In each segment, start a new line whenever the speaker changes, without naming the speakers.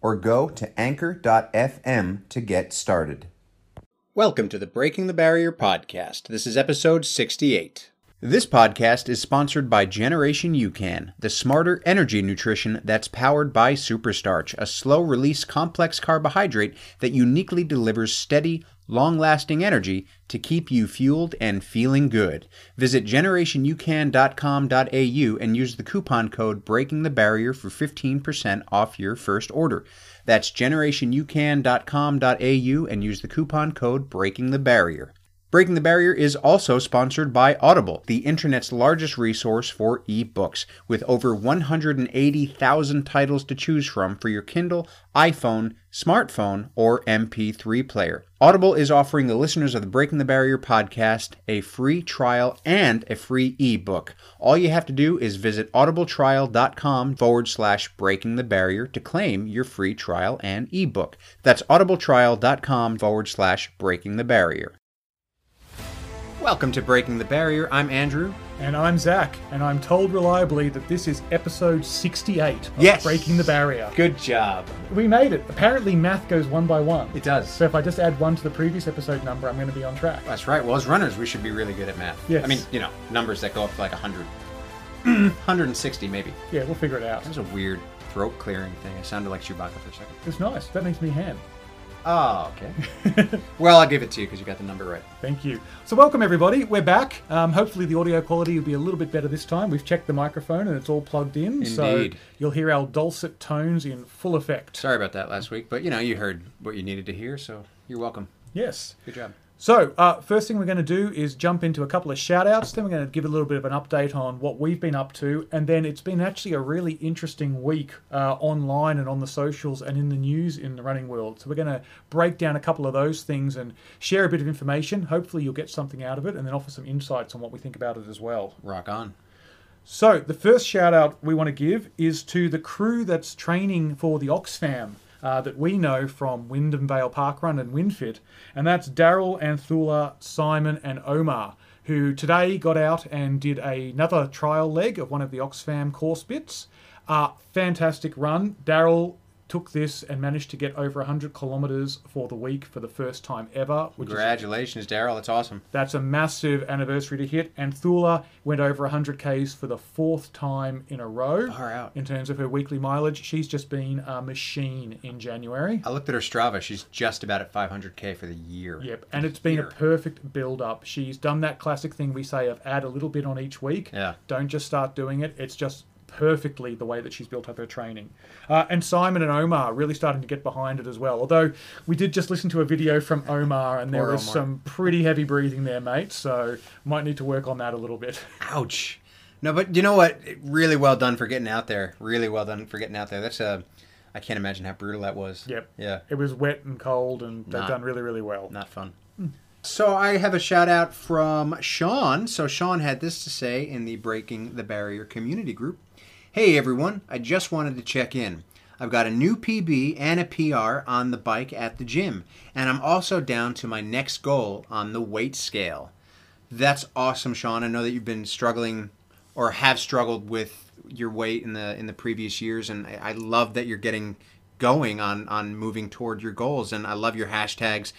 or go to anchor.fm to get started. Welcome to the Breaking the Barrier podcast. This is episode 68. This podcast is sponsored by Generation UCAN, the smarter energy nutrition that's powered by Superstarch, a slow release complex carbohydrate that uniquely delivers steady, long lasting energy to keep you fueled and feeling good. Visit generationucan.com.au and use the coupon code Breaking the Barrier for 15% off your first order. That's generationucan.com.au and use the coupon code Breaking the Barrier. Breaking the Barrier is also sponsored by Audible, the internet's largest resource for ebooks, with over 180,000 titles to choose from for your Kindle, iPhone, smartphone, or MP3 player. Audible is offering the listeners of the Breaking the Barrier podcast a free trial and a free ebook. All you have to do is visit audibletrial.com forward slash breaking the barrier to claim your free trial and ebook. That's audibletrial.com forward slash breaking the barrier. Welcome to Breaking the Barrier. I'm Andrew.
And I'm Zach, and I'm told reliably that this is episode 68 of
Yes.
Breaking the Barrier.
Good job.
We made it. Apparently, math goes one by one.
It does.
So if I just add one to the previous episode number, I'm going to be on track.
That's right. Well, as runners, we should be really good at math.
Yes.
I mean, you know, numbers that go up to like 100. 160 maybe.
Yeah, we'll figure it out.
That was a weird throat clearing thing. I sounded like Chewbacca for a second.
It's nice. That makes me ham.
Oh, okay. well, I'll give it to you because you got the number right.
Thank you. So welcome everybody. We're back. Um, hopefully the audio quality will be a little bit better this time. We've checked the microphone and it's all plugged in. So
Indeed.
you'll hear our dulcet tones in full effect.
Sorry about that last week, but you know, you heard what you needed to hear, so you're welcome.
Yes.
Good job.
So, uh, first thing we're going to do is jump into a couple of shout outs. Then we're going to give a little bit of an update on what we've been up to. And then it's been actually a really interesting week uh, online and on the socials and in the news in the running world. So, we're going to break down a couple of those things and share a bit of information. Hopefully, you'll get something out of it and then offer some insights on what we think about it as well.
Rock on.
So, the first shout out we want to give is to the crew that's training for the Oxfam uh, that we know from Wyndham Vale Parkrun and WinFit, and that's Daryl, Anthula, Simon, and Omar, who today got out and did another trial leg of one of the Oxfam course bits. Uh, fantastic run. Daryl took this and managed to get over 100 kilometres for the week for the first time ever, which is
Congratulations, Daryl. That's awesome.
that's a massive anniversary to hit. And Thula went over 100 Ks for the fourth time in a row.
Far out.
In terms of her weekly mileage, she's just been a machine in January.
I looked at her Strava. She's just about at 500K for the year.
Yep, and it's been a
Here.
perfect build up. She's done that classic thing we say of add a little bit on each week.
Yeah.
Don't just start doing it. It's just perfectly the way that she's built up her training. Uh, and Simon and Omar really starting to get behind it as well. Although we did just listen to a video from Omar and there
Poor
was
Omar.
some pretty heavy breathing there, mate. So might need to work on that a little bit.
Ouch. No, but you know what? Really well done for getting out there. Really well done for getting out there. That's a. I can't imagine how brutal that was.
Yep.
Yeah.
It was wet and cold and they've
Nah.
done really, really well.
Not fun. So I have a shout out from Sean. So Sean had this to say in the Breaking the Barrier community group. Hey everyone, I just wanted to check in. I've got a new PB and a PR on the bike at the gym, and I'm also down to my next goal on the weight scale. That's awesome, Sean. I know that you've been struggling or have struggled with your weight in the in the previous years, and I, I love that you're getting going on on moving toward your goals. And I love your hashtags,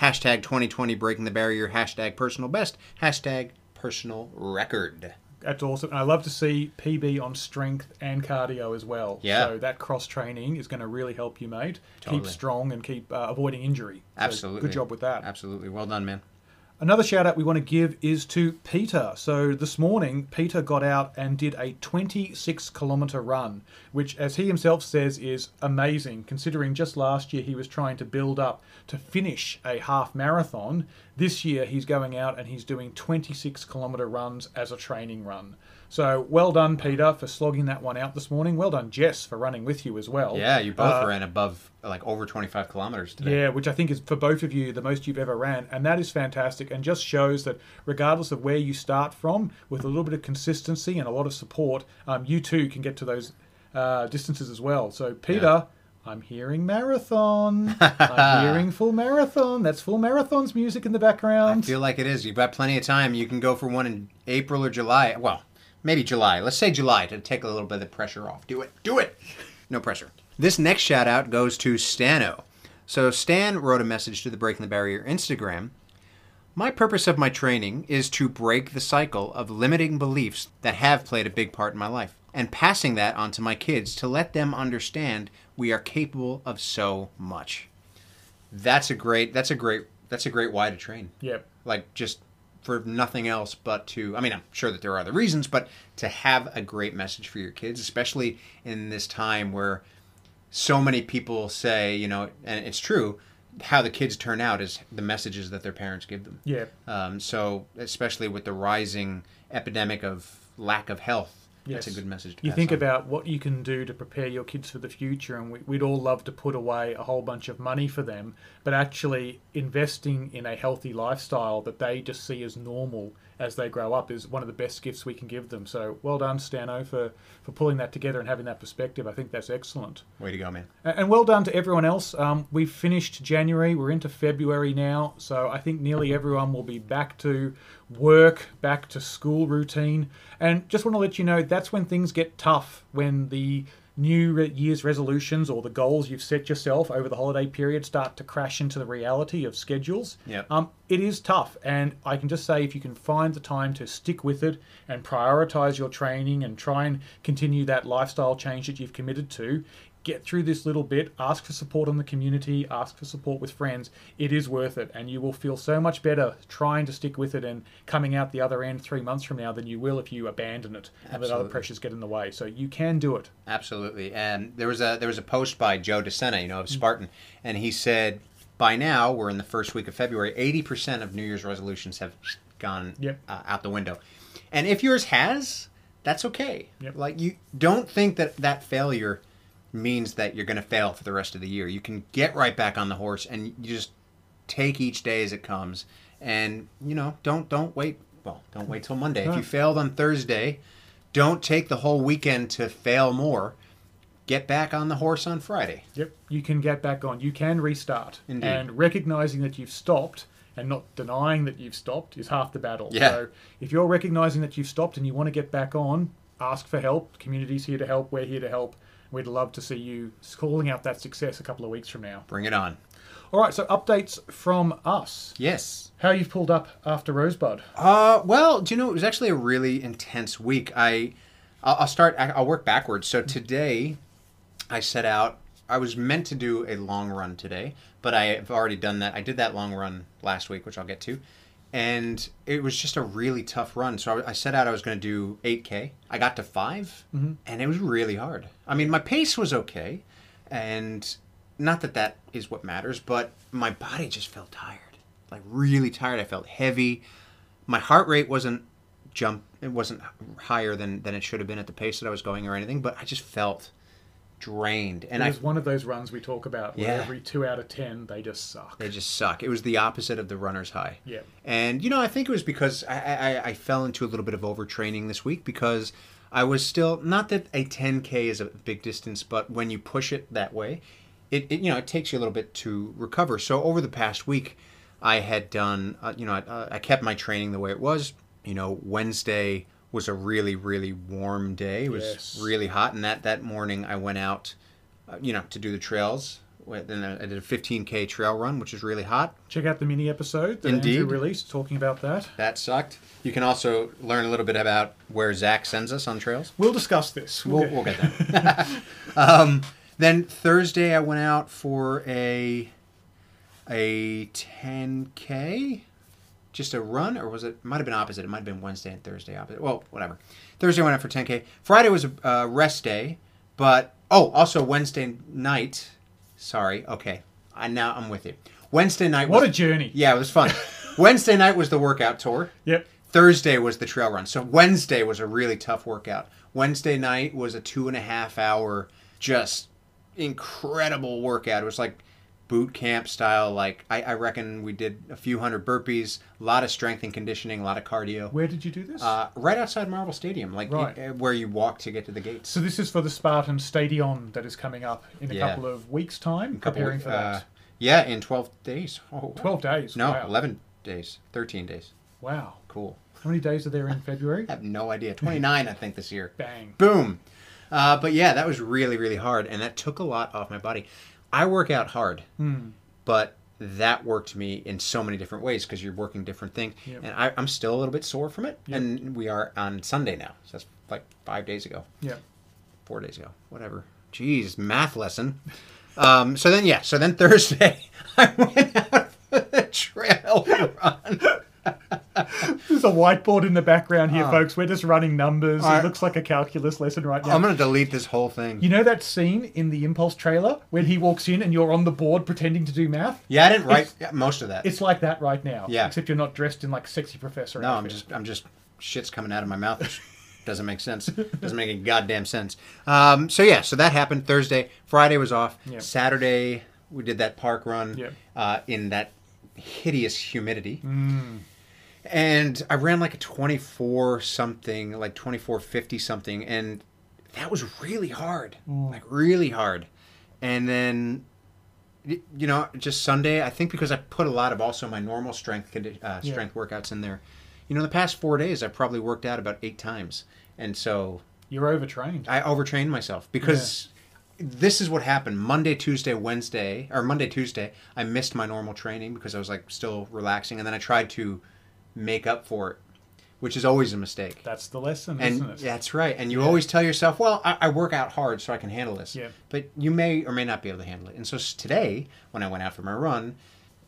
hashtag 2020 breaking the barrier, hashtag personal best, hashtag personal record.
That's awesome. And I love to see PB on strength and cardio as well.
Yeah.
So that cross training is going to really help you, mate.
Totally.
Keep strong and keep uh, avoiding injury. So
Absolutely,
Good job with that.
Absolutely, well done, man.
Another shout out we want to give is to Peter. So this morning, Peter got out and did a 26 kilometer run, which, as he himself says, is amazing considering just last year he was trying to build up to finish a half marathon. This year he's going out and he's doing 26 kilometer runs as a training run. So well done, Peter, for slogging that one out this morning. Well done, Jess, for running with you as well.
Yeah, you both
Uh,
ran above like over 25 kilometers today.
Yeah, which I think is for both of you the most you've ever ran, and that is fantastic, and just shows that regardless of where you start from, with a little bit of consistency and a lot of support, um, you too can get to those uh, distances as well. So, Peter, I'm hearing marathon. I'm hearing full marathon. That's full marathon's music in the
I
background.
feel like it is. You've got plenty of time. You can go for one in April or July. Well, maybe July. Let's say July to take a little bit of the pressure off. Do it. Do it. No pressure. This next shout out goes to Stano. So Stan wrote a message to the Breaking the Barrier Instagram. My purpose of my training is to break the cycle of limiting beliefs that have played a big part in my life and passing that on to my kids to let them understand we are capable of so much. That's a great that's a great that's a great why to train
yep.
like just for nothing else but to i mean i'm sure that there are other reasons but to have a great message for your kids especially in this time where so many people say you know and it's true how the kids turn out is the messages that their parents give them
Yep.
um, so especially with the rising epidemic of lack of health that's a
Yes.
good message to
You
pass
think
on.
about what you can do to prepare your kids for the future, and we, we'd all love to put away a whole bunch of money for them, but actually investing in a healthy lifestyle that they just see as normal as they grow up is one of the best gifts we can give them. So well done, Stano, for, for pulling that together and having that perspective. I think that's excellent.
way to go man
And and well done to everyone else. Um, we've finished January. We're into February now. So I think nearly everyone will be back to work, back to school routine. And just want to let you know that's when things get tough when the new re- year's resolutions or the goals you've set yourself over the holiday period start to crash into the reality of schedules.
Yep.
Um, it is tough, and I can just say if you can find the time to stick with it and prioritize your training and try and continue that lifestyle change that you've committed to, get through this little bit, ask for support on the community, ask for support with friends. It is worth it, and you will feel so much better trying to stick with it and coming out the other end three months from now than you will if you abandon it and let other
Absolutely.
pressures get in the way. So you can do it.
Absolutely. And there was a there was a post by Joe DeSena, you know, of Spartan, and he said, by now we're in the first week of February. Eighty percent of New Year's resolutions have gone
Yep.
uh, out the window, and if yours has, that's okay.
Yep.
Like you don't think that that failure means that you're going to fail for the rest of the year. You can get right back on the horse, and you just take each day as it comes. And you know, don't don't wait. Well, don't wait till Monday. If
No.
you failed on Thursday, don't take the whole weekend to fail more. Get back on the horse on Friday.
Yep. You can get back on. You can restart.
Indeed.
And recognizing that you've stopped and not denying that you've stopped is half the battle.
Yeah.
So if you're recognizing that you've stopped and you want to get back on, ask for help. Community's here to help. We're here to help. We'd love to see you calling out that success a couple of weeks from now.
Bring it on.
All right, so updates from us.
Yes.
How you've pulled up after Rosebud?
Uh, well, do you know it was actually a really intense week. I, I'll, I'll start. I- I'll work backwards. So today, I set out. I was meant to do a long run today, but I have already done that. I did that long run last week, which I'll get to, and it was just a really tough run. So I, I set out. I was going to do 8k. I got to 5 and it was really hard. I mean, my pace was okay, and not that that is what matters, but my body just felt tired, like really tired. I felt heavy my heart rate wasn't jump it wasn't higher than than it should have been at the pace that I was going or anything but I just felt drained and
It
I
was one of those runs we talk about where
Yeah.
every two out of ten they just suck.
they just suck it was the opposite of the runner's high
Yeah.
and you know I think it was because I I, I- I fell into a little bit of overtraining this week because I was still not that a 10k is a big distance but when you push it that way it, it you know it takes you a little bit to recover so over the past week I had done, uh, you know, I, uh, I kept my training the way it was. You know, Wednesday was a really, really warm day. It was
Yes.
really hot, and that that morning I went out, uh, you know, to do the trails. Went- Then I did a 15k trail run, which was really hot.
Check out the mini episode that Andrew
Indeed.
released talking about that.
That sucked. You can also learn a little bit about where Zach sends us on trails.
We'll discuss this.
We'll,
get-
we'll get that. um, then Thursday, I went out for a a 10k, just a run, or was it? Might have been opposite. It might have been Wednesday and Thursday opposite. Well, whatever. Thursday I went out for 10k. Friday was a uh, rest day, but oh, also Wednesday night. Sorry. Okay. I now I'm with you. Wednesday night.
What
was,
a journey.
Yeah, it was fun. Wednesday night was the workout tour.
Yep.
Thursday was the trail run. So Wednesday was a really tough workout. Wednesday night was a two and a half hour, just incredible workout. It was like boot camp style. Like I, I reckon we did a few hundred burpees, a lot of strength and conditioning, a lot of cardio.
Where did you do this?
Uh, right outside Marvel Stadium, like
Right.
uh, where you walk to get to the gates.
so this is for the Spartan Stadion that is coming up in a
Yeah.
couple of weeks' time,
Couple
preparing
of-
for
uh,
that.
yeah, in twelve days. Oh,
12 days.
No,
wow.
eleven days, thirteen days.
Wow.
Cool.
How many days are there in February?
I have no idea. Twenty nine, I think, this year.
Bang.
Boom. Uh, but yeah, that was really, really hard, and that took a lot off my body. I work out hard,
Hmm.
but that worked me in so many different ways because you're working different things,
Yep.
and I, I'm still a little bit sore from it.
Yep.
And we are on Sunday now, so that's like five days ago
Yeah.
four days ago, whatever. Jeez, math lesson. Um, so then, yeah, so then Thursday, I went out for the trail run.
There's a whiteboard in the background
Ah.
here, folks. We're just running numbers.
I-
it looks like a calculus lesson right now.
I'm gonna delete this whole thing.
you know that scene in the Impulse trailer when he walks in and you're on the board pretending to do math?
yeah, I didn't write yeah, most of that.
It's like that right now.
Yeah.
Except you're not dressed in like sexy professor.
No, I'm
outfit.
just, I'm just shit's coming out of my mouth. which doesn't make sense. Doesn't make any goddamn sense. Um, so yeah, so that happened Thursday. Friday was off.
Yeah.
Saturday we did that park run
Yeah.
uh, in that hideous humidity. and I ran like a 24 something, like 2450 something, and that was really hard, like really hard. And then, y- you know, just Sunday, I think because I put a lot of also my normal strength condi- uh,
Yeah.
strength workouts in there. You know, the past four days, I probably worked out about eight times, and so
You're overtrained.
I overtrained myself because this is what happened Monday, Tuesday, Wednesday, or Monday, Tuesday. I missed my normal training because I was like still relaxing, and then I tried to make up for it, which is always a mistake.
That's the lesson, isn't
and
it?
that's right. And you always tell yourself, "Well, I, I work out hard, so I can handle this."
Yeah.
But you may or may not be able to handle it. And so s- today, when I went out for my run,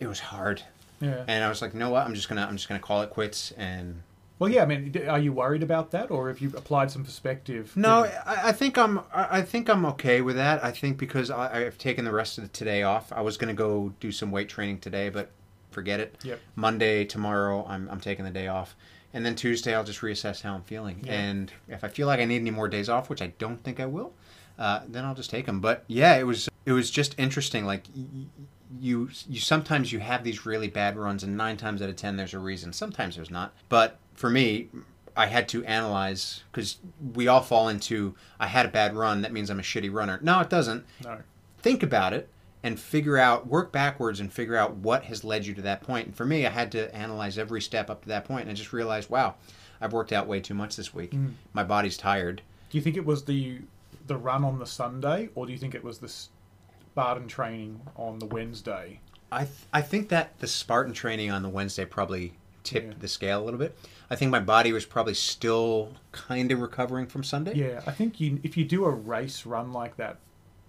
it was hard,
Yeah.
and I was like, "You know what? I'm just gonna I'm just gonna call it quits." And
well, yeah. I mean, d- are you worried about that, or have you applied some perspective?
No,
Yeah.
I, I think I'm. I I think I'm okay with that. I think because I, I've taken the rest of the today off. I was gonna go do some weight training today, but forget it.
Yep.
Monday tomorrow, I'm I'm taking the day off, and then Tuesday I'll just reassess how I'm feeling.
Yeah.
And if I feel like I need any more days off, which I don't think I will, uh, then I'll just take them. But yeah, it was it was just interesting. Like y- y- you you sometimes you have these really bad runs, and nine times out of ten there's a reason. Sometimes there's not. But for me, I had to analyze because we all fall into I had a bad run. That means I'm a shitty runner. No, it doesn't.
No.
Think about it and figure out work backwards and figure out what has led you to that point. And for me, I had to analyze every step up to that point, and I just realized, wow, I've worked out way too much this week.
Mm.
My body's tired.
Do you think it was the the run on the Sunday, or do you think it was the Spartan training on the Wednesday?
I th- I think that the Spartan training on the Wednesday probably tipped
Yeah.
the scale a little bit. I think my body was probably still kind of recovering from Sunday.
Yeah, I think you if you do a race run like that,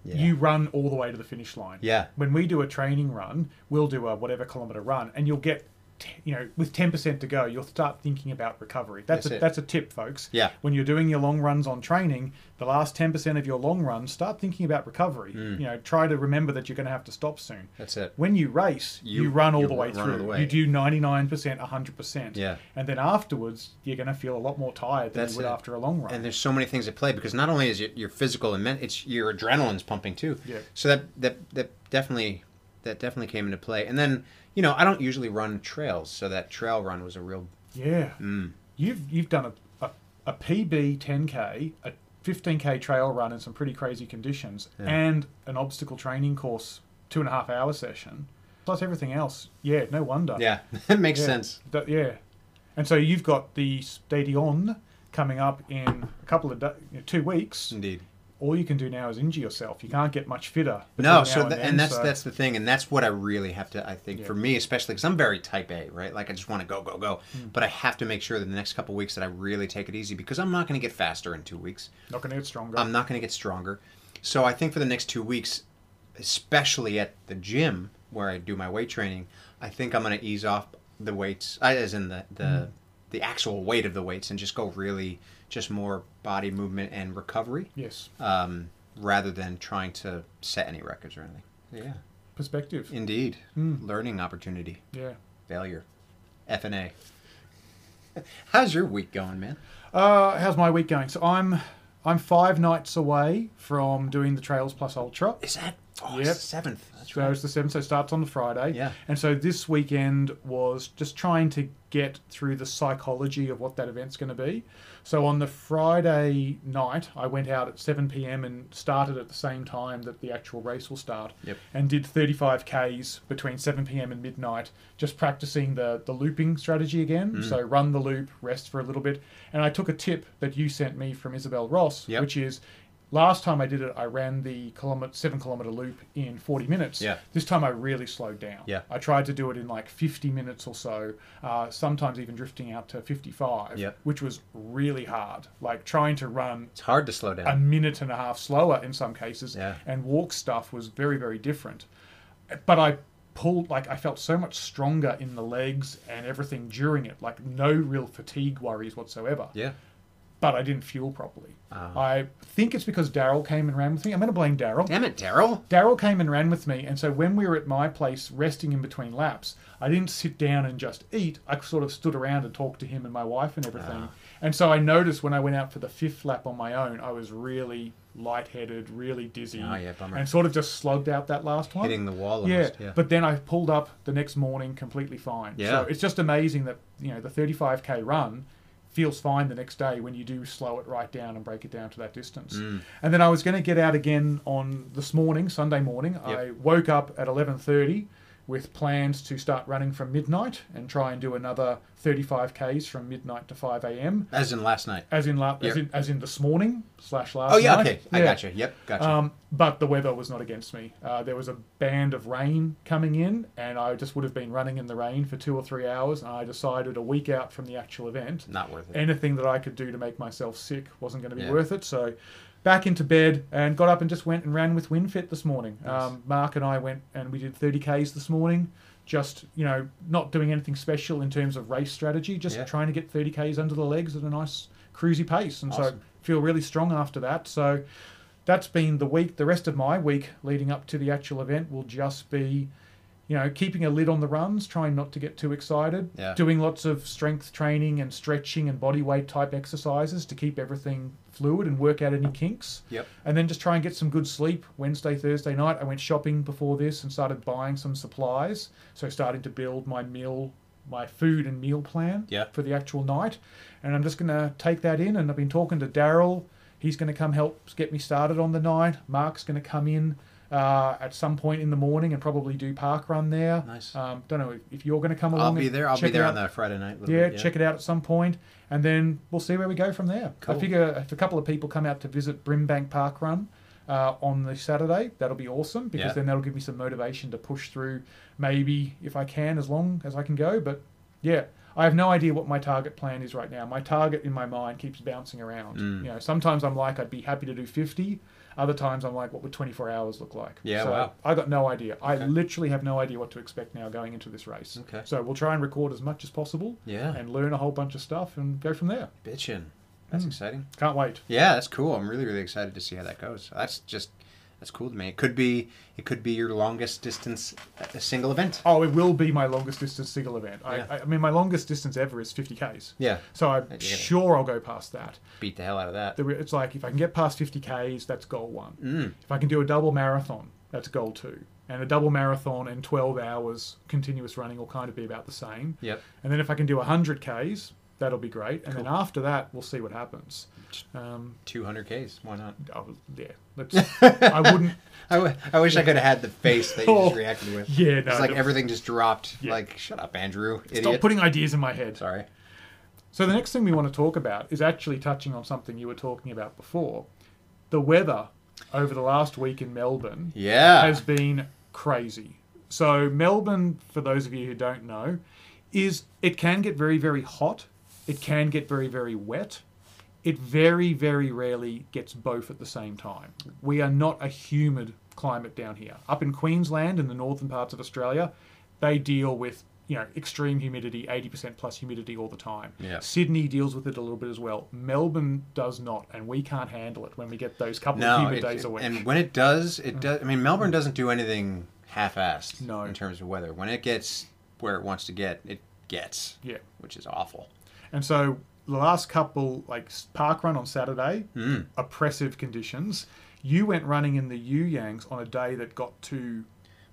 Yeah.
you run all the way to the finish line.
Yeah.
When we do a training run, we'll do a whatever kilometer run, and you'll get, t- you know, with ten percent to go, you'll start thinking about recovery. That's,
That's
a
it.
that's a tip, folks.
Yeah.
When you're doing your long runs on training, the last ten percent of your long run, start thinking about recovery.
Mm.
You know, try to remember that you're going to have to stop soon.
That's it.
When you race, you,
You-
run all
you
the way
run all
through.
the way.
You do ninety nine percent, hundred percent.
Yeah.
And then afterwards, you're going to feel a lot more tired than
That's
you would
it.
after a long run.
And there's so many things at play because not only is it your physical and men, it's your adrenaline's pumping too.
Yeah.
So that that that definitely that definitely came into play. And then you know I don't usually run trails, so that trail run was a real
Yeah.
Mm.
You've you've done a, a, a PB 10k, a 15k trail run in some pretty crazy conditions, and an obstacle training course, two and a half hour session, plus everything else. Yeah, no wonder.
yeah. it makes
Yeah.
sense.
That- yeah. And so you've got the Stadion coming up in a couple of da you know, two weeks.
Indeed.
All you can do now is injher yourself. You can't get much fitter. between
No,
now
so th-
then,
and that's
so-
that's the thing, and that's what I really have to. I think
Yeah.
for me, especially because I'm very Type A, right? Like I just want to go, go, go.
Hmm.
But I have to make sure that the next couple weeks that I really take it easy because I'm not going to get faster in two weeks.
not going to get stronger.
I'm not going to get stronger. So I think for the next two weeks, especially at the gym where I do my weight training, I think I'm going to ease off the weights, I- as in the the the actual weight of the weights, and just go really just more body movement and recovery,
yes.
um, rather than trying to set any records or anything. Yeah.
Perspective.
Indeed. Learning opportunity.
Yeah.
Failure. F and A. How's your week going, man?
Uh, how's my week going? So I'm I'm five nights away from doing the Trails Plus Ultra.
Is that oh,
Yep.
it's the seventh? That's
So it's the seventh, so it starts on the Friday.
Yeah.
And so this weekend was just trying to get through the psychology of what that event's going to be. So on the Friday night, I went out at 7 p.m. and started at the same time that the actual race will start.
Yep.
And did 35 Ks between 7 p.m. and midnight, just practicing the, the looping strategy again.
Mm.
So run the loop, rest for a little bit. And I took a tip that you sent me from Isabel Ross,
Yep.
which is Last time I did it, I ran the kilometer, seven kilometer loop in 40 minutes.
Yeah.
This time I really slowed down.
Yeah.
I tried to do it in like 50 minutes or so, uh, sometimes even drifting out to 55,
Yep.
which was really hard. Like trying to run
It's hard to slow
a
down.
minute and a half slower in some cases,
Yeah.
and walk stuff was very, very different. But I pulled, like, I felt so much stronger in the legs and everything during it. Like, no real fatigue worries whatsoever
yeah. Ah. Um,
but I didn't fuel properly. I think it's because Daryl came and ran with me. I'm going to blame Daryl.
Damn it, Daryl.
Daryl came and ran with me, and so when we were at my place resting in between laps, I didn't sit down and just eat. I sort of stood around and talked to him and my wife and everything.
Ah.
And so I noticed when I went out for the fifth lap on my own, I was really lightheaded, really dizzy,
Oh, yeah, bummer.
and sort of just slugged out that last one.
Hitting the wall almost. Yeah.
But then I pulled up the next morning completely fine.
Yeah.
So it's just amazing that, you know, the 35K run feels fine the next day when you do slow it right down and break it down to that distance.
Mm.
And then I was going to get out again on this morning, Sunday morning. I woke up at 11:30 with plans to start running from midnight and try and do another 35Ks from midnight to 5 a.m.
As in last night.
As in, la- as,
Yep.
in as in this morning slash last
Oh yeah,
night.
okay. I got you. Yep, got you.
Um, but the weather was not against me. Uh, there was a band of rain coming in, and I just would have been running in the rain for two or three hours. And I decided a week out from the actual event,
Not worth it.
anything that I could do to make myself sick wasn't going to be
Yeah.
worth it. So back into bed and got up and just went and ran with WinFit this morning. Um, Mark and I went and we did 30Ks this morning. Just, you know, not doing anything special in terms of race strategy, just
Yeah.
trying to get 30Ks under the legs at a nice cruisy pace. And so
Awesome.
feel really strong after that. So that's been the week. The rest of my week leading up to the actual event will just be, you know, keeping a lid on the runs, trying not to get too excited,
Yeah.
doing lots of strength training and stretching and body weight type exercises to keep everything fluid and work out any kinks.
Yep.
And then just try and get some good sleep Wednesday, Thursday night. I went shopping before this and started buying some supplies. So starting to build my meal, my food and meal plan
Yeah.
for the actual night. And I'm just going to take that in. And I've been talking to Daryl. He's going to come help get me started on the night. Mark's going to come in uh, at some point in the morning and probably do park run there.
Nice.
Um, don't know if, if you're going to come along.
I'll be
and
there. I'll
check
be
it
there on
out.
the Friday night. a little
Yeah,
bit,
check it out at some point, and then we'll see where we go from there. I
Cool.
figure if a couple of people come out to visit Brimbank Park Run uh, on the Saturday, that'll be awesome because
Yeah.
then that'll give me some motivation to push through, maybe if I can, as long as I can go. But yeah, I have no idea what my target plan is right now. My target in my mind keeps bouncing around.
Mm.
You know, sometimes I'm like, I'd be happy to do 50. Other times I'm like, what would 24 hours look like?
Yeah,
so
wow.
I got no idea. I literally have no idea what to expect now going into this race.
Okay.
So we'll try and record as much as possible
Yeah.
and Hmm. learn a whole bunch of stuff and go from there.
Bitchin'. That's exciting.
Can't wait.
Yeah, that's cool. I'm really really excited to see how that goes. That's just that's cool to me. It could be it could be your longest distance a single event.
Oh, it will be my longest distance single event. I,
Yeah.
I, I mean, my longest distance ever is 50Ks.
Yeah.
So I'm
get it.
sure I'll go past that.
Beat the hell out of that.
The re- It's like if I can get past 50Ks, that's goal one.
Mm.
If I can do a double marathon, that's goal two. And a double marathon and 12 hours continuous running will kind of be about the same.
Yep.
And then if I can do 100Ks, that'll be great. And then after that, we'll see what happens. Um,
200 Ks. Why not?
I was, yeah, let's, I wouldn't.
I, w- I wish I could have had the face that you
Oh.
just reacted with.
Yeah, no.
It's like
no.
everything just dropped.
Yeah.
Like, shut up, Andrew. Idiot.
Stop putting ideas in my head.
Sorry.
So the next thing we want to talk about is actually touching on something you were talking about before. The weather over the last week in Melbourne
Yeah.
has been crazy. So Melbourne, for those of you who don't know, is it can get very very hot. It can get very very wet. It very very rarely gets both at the same time. We are not a humid climate down here. Up in Queensland and the northern parts of Australia, they deal with you know extreme humidity, 80% plus humidity all the time.
Yeah.
Sydney deals with it a little bit as well. Melbourne does not, and we can't handle it when we get those couple of
no.
humid
it-
days
it-
a week.
And when it does, it does. I mean, Melbourne doesn't do anything half-assed
No.
in terms of weather. When it gets where it wants to get, it gets,
yeah.
which is awful.
And so the last couple, like s- park run on Saturday,
Hmm.
oppressive conditions. You went running in the Yu Yangs on a day that got to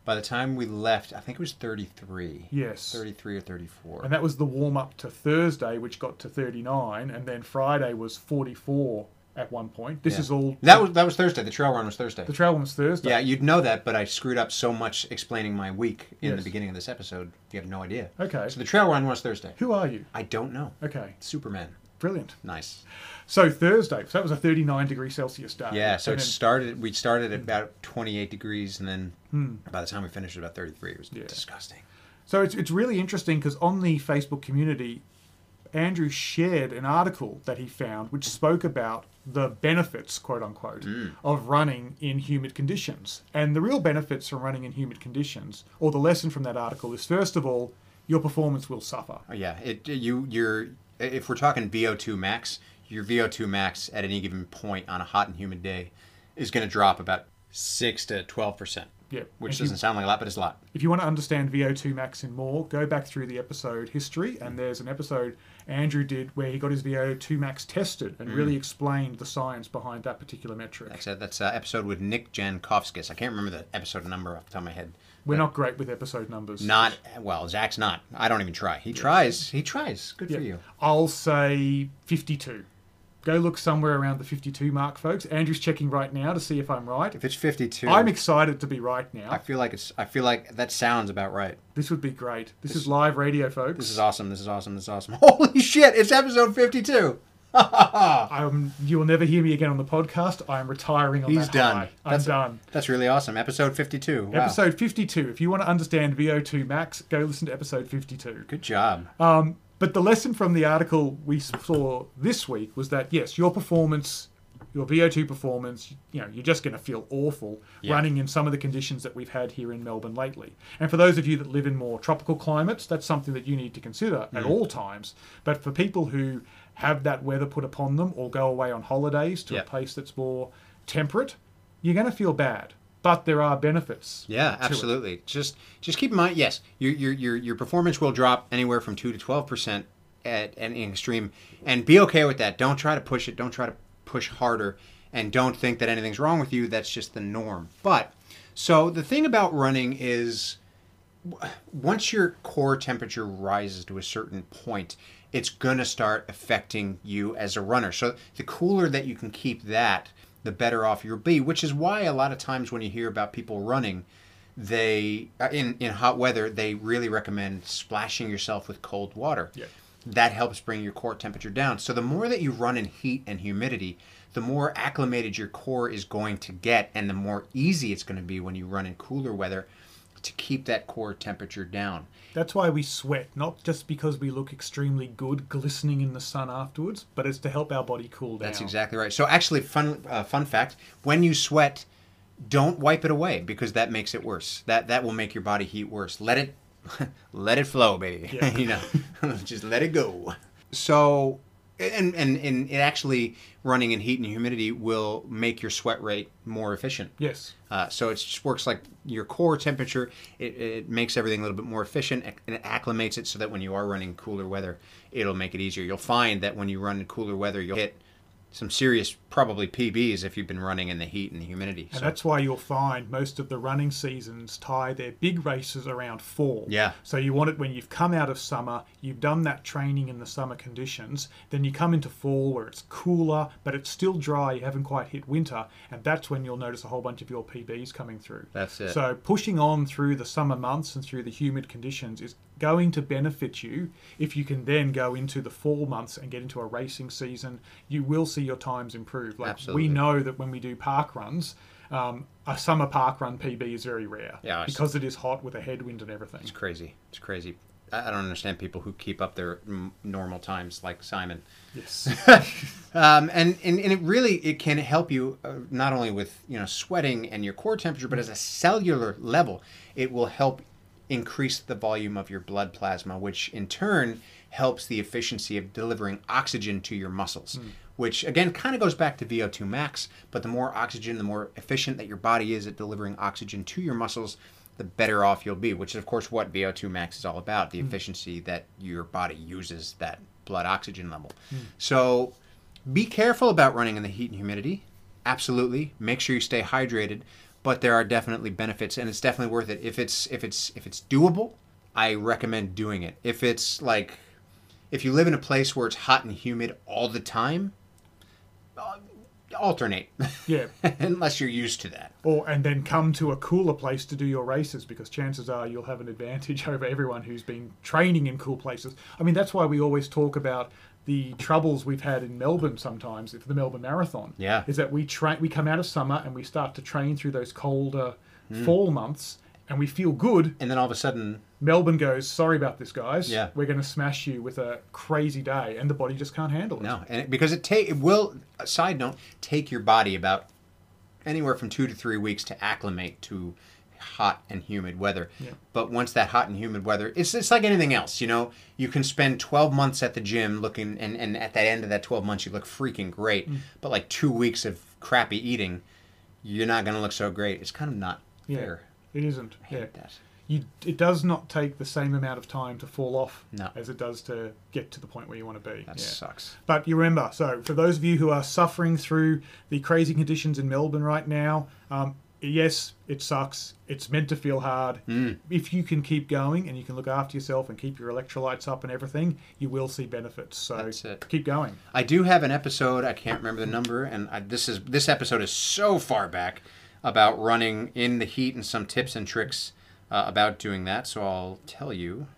By the time we left, I think it was 33.
yes,
33 or 34.
and that was the warm up to Thursday, which got to 39, and then Friday was 44 at one point. This
Yeah.
is all
That was that was Thursday. The trail run was Thursday.
the trail was Thursday.
yeah, you'd know that, but I screwed up so much explaining my week in
Yes.
the beginning of this episode. You have no idea.
Okay.
So the trail run was Thursday.
Who are you?
I don't know.
Okay,
Superman.
brilliant.
Nice.
So Thursday, so that was a 39 degree Celsius day.
Yeah. So it
And then- Hmm.
started. We started at about 28 degrees, and then by the time we finished, it was about 33. It was disgusting.
So it's, it's really interesting because on the Facebook community, Andrew shared an article that he found which spoke about the benefits, quote unquote, of running in humid conditions. And the real benefits from running in humid conditions, or the lesson from that article, is first of all, your performance will suffer.
Oh, yeah. It you you're if we're talking VO2 max, your VO2 max at any given point on a hot and humid day is going to drop about six to 12 percent.
Yeah.
Which
If you-
doesn't sound like a lot, but it's a lot.
If you want to understand VO2 max and more, go back through the episode history, and there's an episode Andrew did where he got his VO2 max tested and really explained the science behind that particular metric.
That's a, that's a episode with Nick Jankowskis. I can't remember the episode number off the top of my head.
We're not great with episode numbers.
Not well. Zach's not. I don't even try. He tries. He tries. Good
Yeah.
for you.
I'll say 52. Go look somewhere around the 52 mark, folks. Andrew's checking right now to see if I'm right.
If it's 52,
I'm excited to be right
I
now.
feel like it's. I feel like that sounds about right.
This would be great. This, is live radio, folks.
This is awesome. This is awesome. This is awesome. Holy shit! It's episode 52.
I'm, Um, you will never hear me again on the podcast. I'm retiring on
He's
that
done.
high. I'm
That's-
done.
That's really awesome. Episode 52. Wow.
Episode 52. If you want to understand VO2 max, go listen to episode 52.
Good job.
Uh, Um, But the lesson from the article we saw this week was that yes, your performance, your VO2 performance, you know, you're just going to feel awful running in some of the conditions that we've had here in Melbourne lately. And for those of you that live in more tropical climates, that's something that you need to consider
Mm.
at all times. But for people who have that weather put upon them or go away on holidays to
Yeah.
a place that's more temperate, you're going to feel bad. But there are benefits.
Yeah,
to it.
absolutely. Just just keep in mind, yes, your your your, your performance will drop anywhere from two to twelve percent at an extreme, and be okay with that. Don't try to push it. Don't try to push harder, and don't think that anything's wrong with you. That's just the norm. But so the thing about running is, w- once your core temperature rises to a certain point, it's gonna start affecting you as a runner. So the cooler that you can keep that. The better off you'll be, which is why a lot of times when you hear about people running, they uh, in in hot weather they really recommend splashing yourself with cold water.
Yeah.
That helps bring your core temperature down. So the more that you run in heat and humidity, the more acclimated your core is going to get and the more easy it's going to be when you run in cooler weather to keep that core temperature down.
That's why we sweat, not just because we look extremely good glistening in the sun afterwards, but it's to help our body cool down.
That's exactly right. So actually fun uh, fun fact, when you sweat, don't wipe it away because that makes it worse. That that will make your body heat worse. Let it let it flow, baby.
Yeah.
you know, just let it go. So and, and and it actually running in heat and humidity will make your sweat rate more efficient.
Yes.
Uh, so it just works like your core temperature. It, it makes everything a little bit more efficient ac- and it acclimates it so that when you are running cooler weather, it'll make it easier. You'll find that when you run in cooler weather, you'll hit some serious, probably PBs if you've been running in the heat and the humidity.
And
So,
that's why you'll find most of the running seasons tie their big races around fall.
Yeah.
So you want it when you've come out of summer, you've done that training in the summer conditions, then you come into fall where it's cooler, but it's still dry, you haven't quite hit winter, and that's when you'll notice a whole bunch of your PBs coming through.
That's it.
So pushing on through the summer months and through the humid conditions is going to benefit you if you can then go into the fall months and get into a racing season. You will see your times improve. Like
Absolutely.
we know that when we do park runs, um, a summer park run PB is very rare
Yeah, I see.
because it is hot with a headwind and everything.
it's crazy. It's crazy. I I don't understand people who keep up their mm, normal times like Simon.
Yes.
um, and, and and it really it can help you uh, not only with you know sweating and your core temperature, but as a cellular level, it will help increase the volume of your blood plasma, which in turn helps the efficiency of delivering oxygen to your muscles. Which again kind of goes back to VO2 max, but the more oxygen, the more efficient that your body is at delivering oxygen to your muscles, the better off you'll be. Which is of course what VO2 max is all about: the efficiency that your body uses that blood oxygen level. So be careful about running in the heat and humidity. Absolutely, make sure you stay hydrated. But there are definitely benefits, and it's definitely worth it if it's if it's if it's doable. I recommend doing it. If it's like if you live in a place where it's hot and humid all the time, uh, alternate
Yeah.
unless you're used to that.
Or and then come to a cooler place to do your races because chances are you'll have an advantage over everyone who's been training in cool places. I mean that's why we always talk about the troubles we've had in Melbourne sometimes for the Melbourne Marathon.
Yeah.
Is that we train we come out of summer and we start to train through those colder
Hmm.
fall months and we feel good
And then all of a sudden,
Melbourne goes, sorry about this, guys.
Yeah.
We're going to smash you with a crazy day, and the body just can't handle it.
no, and it, because it take it will. A side note: take your body about anywhere from two to three weeks to acclimate to hot and humid weather.
Yeah.
But once that hot and humid weather, it's it's like anything else. You know, you can spend twelve months at the gym looking, and and at the end of that twelve months, you look freaking great.
Mm.
But like two weeks of crappy eating, you're not gonna look so great. It's kind of not
Yeah.
fair.
It isn't.
I hate
Yeah.
that.
You, it does not take the same amount of time to fall off
No.
as it does to get to the point where you want to be.
That
Yeah.
sucks.
But you remember, so for those of you who are suffering through the crazy conditions in Melbourne right now, um, yes, it sucks. It's meant to feel hard.
Mm.
If you can keep going and you can look after yourself and keep your electrolytes up and everything, you will see benefits. So
That's it.
keep going.
I do have an episode. I can't remember the number, and I, this is this episode is so far back about running in the heat and some tips and tricks uh, about doing that. So I'll tell you.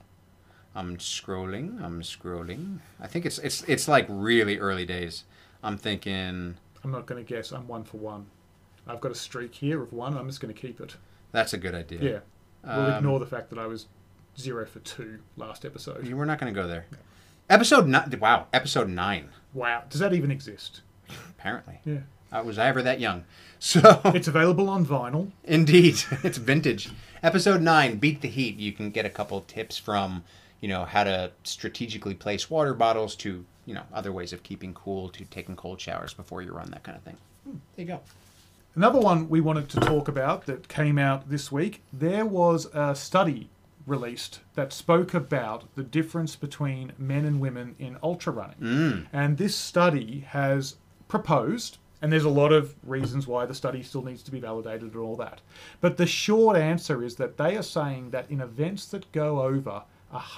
I'm scrolling. I'm scrolling. I think it's it's it's like really early days. I'm thinking
I'm not going to guess. I'm one for one. I've got a streak here of one. I'm just going to keep it.
that's a good idea.
Yeah. We'll
Um,
ignore the fact that I was zero for two last episode.
You- We're not going to go there. Episode nine. Wow. Episode nine.
Wow. Does that even exist?
Apparently,
Yeah.
I was I ever that young? So.
It's available on vinyl.
Indeed, it's vintage. Episode nine, beat the heat. You can get a couple tips from, you know, how to strategically place water bottles to, you know, other ways of keeping cool, to taking cold showers before you run, that kind of thing.
Hmm,
There you go.
Another one we wanted to talk about that came out this week there was a study released that spoke about the difference between men and women in ultra running. And this study has proposed, and there's a lot of reasons why the study still needs to be validated and all that. But the short answer is that they are saying that in events that go over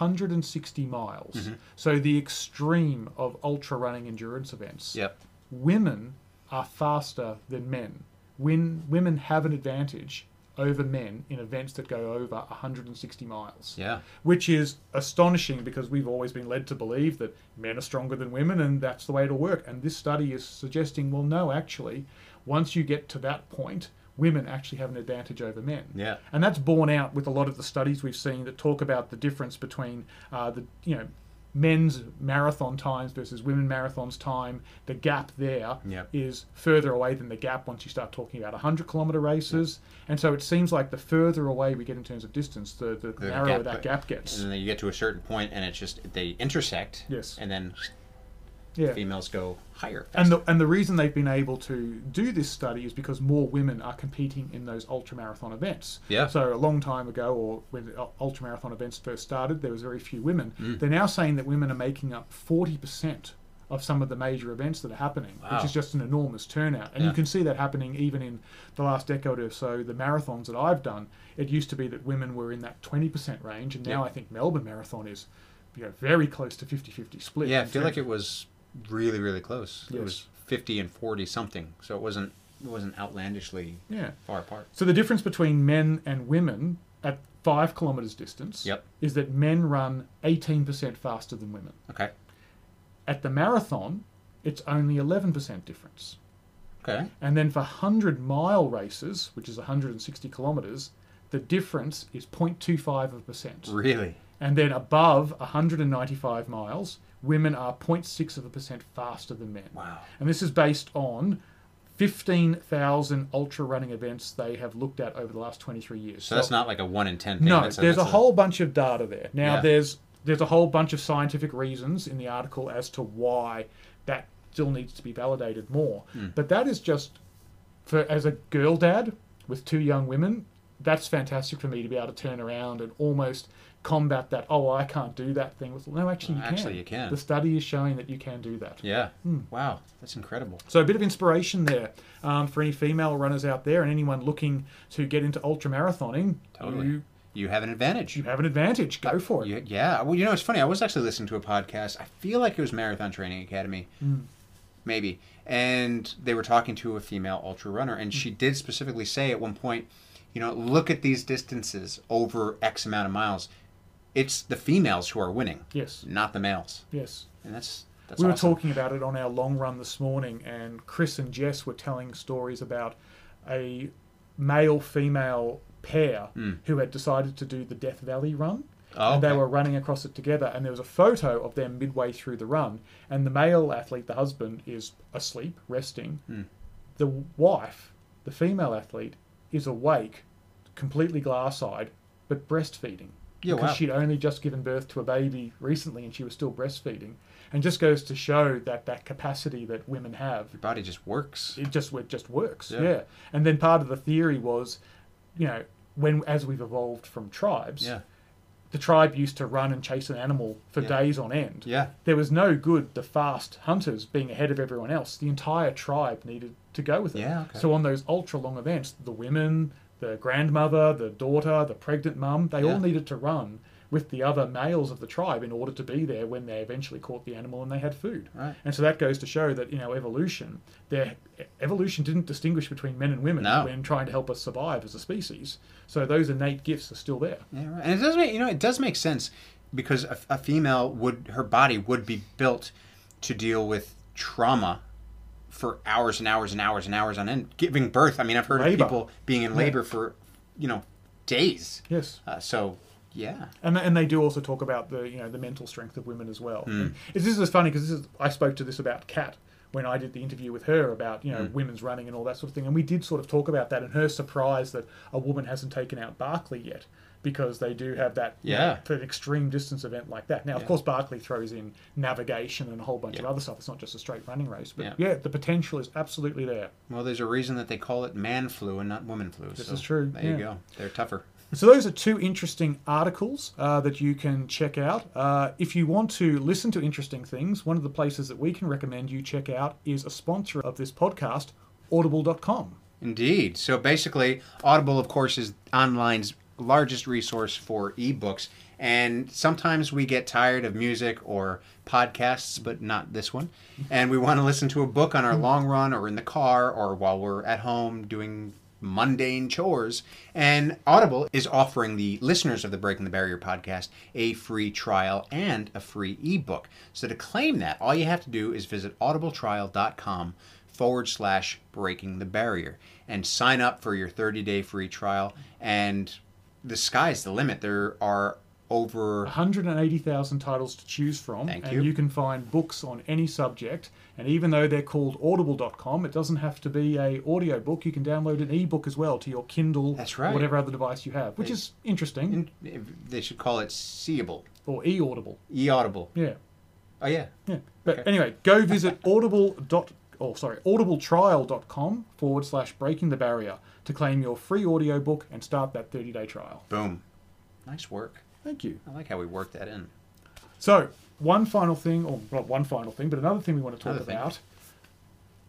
160 miles, so the extreme of ultra running endurance events,
Yep.
women are faster than men. When women have an advantage over men in events that go over 160 miles,
Yeah.
which is astonishing because we've always been led to believe that men are stronger than women and that's the way it'll work. And this study is suggesting, well, no, actually, once you get to that point, women actually have an advantage over men.
Yeah.
And that's borne out with a lot of the studies we've seen that talk about the difference between uh, the you know men's marathon times versus women marathons time. The gap there is
Yep.
further away than the gap once you start talking about 100 kilometer races. And so it seems like the further away we get in terms of distance, the, the, narrower
gap- Mm.
that gap gets.
And then you get to a certain point and it's just, they intersect.
Yes.
And then
Yeah.
females go higher.
And the, and the reason they've been able to do this study is because more women are competing in those ultramarathon events.
Yeah.
So a long time ago, or when the ul- ultramarathon events first started, there was very few women.
Hmm.
They're now saying that women are making up 40% of some of the major events that are happening,
Wow.
which is just an enormous turnout. And
Yeah.
you can see that happening even in the last decade or so. The marathons that I've done, it used to be that women were in that 20% range, and now
Yeah.
I think Melbourne Marathon is you know, very close to 50-50 split.
yeah, I
in
feel
terms
like it was really, really close. It
Yes.
was 50 and 40 something. So it wasn't, it wasn't outlandishly
of- Yeah.
far apart.
So the difference between men and women at five kilometers distance
Yep.
is that men run 18% faster than women.
Okay.
At the marathon, it's only 11% difference.
Okay.
And then for 100 mile races, which is 160 kilometers, the difference is 0.25 of percent.
Really?
And then above 195 miles, women are 0.6 of a percent faster than men.
Wow.
And this is based on 15,000 ultra running events they have looked at over the last 23 years.
So that's not like a one in ten thing.
No,
that's
there's a,
that's
whole bunch of data there. Now
Yeah.
there's there's a whole bunch of scientific reasons in the article as to why that still needs to be
Hmm.
validated more. But that is just for as a girl dad with two young women, that's fantastic for me to be able to turn around and almost combat that. Oh, I can't do that thing. Well, no, actually, you
Actually,
can. Hmm.
you can.
The study is showing that you can do that.
Yeah. Wow, that's incredible.
So a bit of inspiration there um, for any female runners out there and anyone looking to get into ultra marathoning.
Totally.
You,
You, have an advantage.
you have an advantage. Go for it.
Yeah, yeah. Well, you know, it's funny. I was actually listening to a podcast. I feel like it was Marathon Training Academy,
Hmm.
maybe. And they were talking to a female ultra runner,
Hmm.
and she did specifically say at one point, you know, look at these distances over X amount of miles. It's the females who are winning,
Yes.
not the males.
Yes.
And that's that's
we were
awesome.
talking about it on our long run this morning, and Chris and Jess were telling stories about a male female pair who had decided to do the Death Valley run.
Oh,
And they
Hmm. okay.
were running across it together, and there was a photo of them midway through the run. And the male athlete, the husband, is asleep, resting.
Hmm.
The wife, the female athlete, is awake, completely glass eyed, but breastfeeding.
Yeah,
because
wow.
she'd only just given birth to a baby recently and she was still breastfeeding. And just goes to show that that capacity that women have,
Your body just works.
it just it just works.
Yeah.
Yeah. And then part of the theory was, you know, when as we've evolved from tribes,
Yeah.
the tribe used to run and chase an animal for days on end.
Yeah.
There was no good the fast hunters being ahead of everyone else. The entire tribe needed to go with it.
Yeah, okay.
So on those ultra long events, the women, the grandmother, the daughter, the pregnant mum, they
Yeah.
all needed to run with the other males of the tribe in order to be there when they eventually caught the animal and they had food.
Right.
And so that goes to show that, you know, evolution, their evolution didn't distinguish between men and women
No.
when trying to help us survive as a species. So those innate gifts are still there.
Yeah, right. And it does make you know it does make sense because a, a female would her body would be built to deal with trauma for hours and hours and hours and hours on end, giving birth. I mean, I've heard
Labor.
of people being in labor for you know days.
Yes.
Uh, so yeah,
and and they do also talk about the you know the mental strength of women as
Hmm.
well. And This is funny because this is I spoke to this about Kat when I did the interview with her about you know
Hmm.
women's running and all that sort of thing, and we did sort of talk about that and her surprise that a woman hasn't taken out Barkley yet because they do have that you know,
Yeah.
for an extreme distance event like that. Now of course Barkley throws in navigation and a whole bunch of other stuff. It's not just a straight running race, but
Yeah.
yeah, the potential is absolutely there.
well, there's a reason that they call it man flu and not woman flu. This
is true,
There you
yeah.
go. They're tougher.
So those are two interesting articles uh, that you can check out. Uh, if you want to listen to interesting things, one of the places that we can recommend you check out is a sponsor of this podcast, Audible.com.
Indeed. So basically, Audible, of course, is online's largest resource for ebooks. And sometimes we get tired of music or podcasts, but not this one. And we want to listen to a book on our long run or in the car or while we're at home doing mundane chores. And Audible is offering the listeners of the Breaking the Barrier podcast a free trial and a free ebook. So to claim that, all you have to do is visit audibletrial.com forward slash breaking the barrier and sign up for your 30 day free trial. And the sky's the limit. There are over.
180,000 titles to choose from,
Thank
and
you.
can find books on any subject. And even though they're called Audible.com, it doesn't have to be a audio book. You can download an ebook as well to your Kindle,
That's right.
or whatever other device you have, which is interesting,
They should call it seeable,
or e-audible.
e audible.
Yeah.
Oh, yeah.
Yeah. But anyway, go visit audible dot oh sorry, audibletrial.com forward slash breaking the barrier to claim your free audiobook and start that 30 day trial.
Boom. Nice work.
Thank you.
I like how we worked that in.
So, one final thing, or not one final thing, but another thing we want to talk
Another thing.
about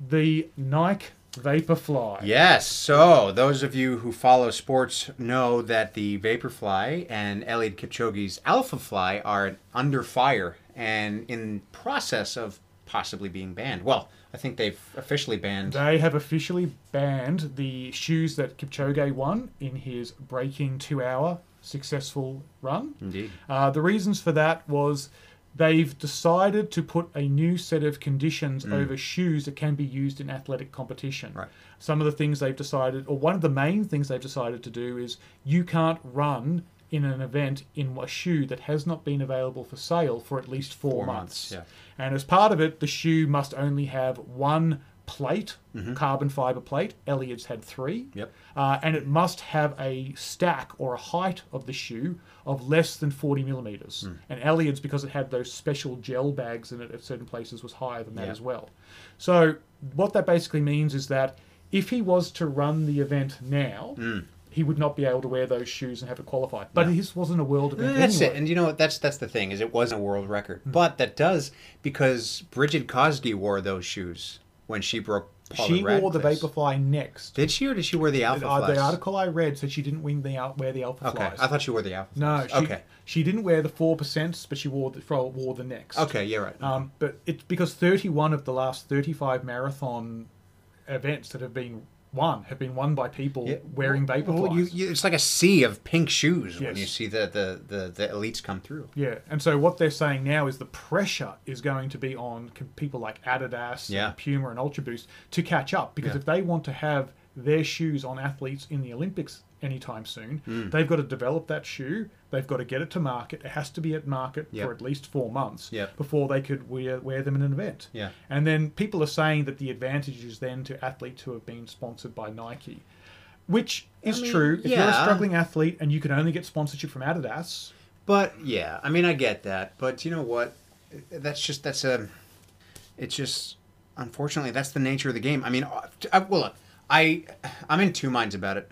the Nike Vaporfly.
Yes. So those of you who follow sports know that the Vaporfly and Eliud Kipchoge's Alphafly are under fire and in process of possibly being banned. Well, I think they've officially banned.
They have officially banned the shoes that Kipchoge won in his breaking two hour successful run.
Indeed.
Uh, the reasons for that was they've decided to put a new set of conditions over shoes that can be used in athletic competition.
Right.
Some of the things they've decided, or one of the main things they've decided to do, is you can't run in an event in a shoe that has not been available for sale for at least four,
Four months,
months.
yeah.
And as part of it, the shoe must only have one plate, carbon fiber plate. Elliot's had three.
Yep.
Uh, and it must have a stack or a height of the shoe of less than 40 millimeters.
Hmm.
And Elliot's, because it had those special gel bags in it at certain places, was higher than that
Yeah.
as well.
Hmm.
So, what that basically means is that if he was to run the event now, he would not be able to wear those shoes and have it qualify. But his wasn't a world event.
That's
anyway. Hmm.
it, and you know what? That's that's the thing is it wasn't a world record, but that does because Bridget Cosby wore those shoes when she broke. Paula
She wore the
Radcliffe's.
Vaporfly next.
Did she or did she wear the Alpha
Uh,
Flies?
the article I read said she didn't win the out, wear the Alpha
okay,
Flies.
I thought she wore the Alpha.
no,
Flies.
she,
okay,
she didn't wear the four percent, but she wore the fro- wore the next.
okay, yeah, right.
Um, but it's because 31 of the last 35 marathon events that have been won have been won by people
Yeah.
wearing vapor
Well, you, you, it's like a sea of pink shoes when
Yes.
you see the, the, the, the elites come through.
Yeah, and so what they're saying now is the pressure is going to be on c- people like Adidas,
Yeah.
and Puma, and Ultra Boost to catch up because
Yeah.
if they want to have their shoes on athletes in the Olympics anytime soon,
Hmm.
they've got to develop that shoe. They've got to get it to market. It has to be at market
Yep.
for at least four months
Yep.
before they could wear, wear them in an event.
Yeah.
And then people are saying that the advantage is then to athletes who have been sponsored by Nike, which is
mean,
true. If you're a
yeah.
struggling athlete and you can only get sponsorship from Adidas,
But yeah, I mean, I get that. But you know what? That's just that's a. It's just unfortunately that's the nature of the game. I mean, I, well, look, I I'm in two minds about it.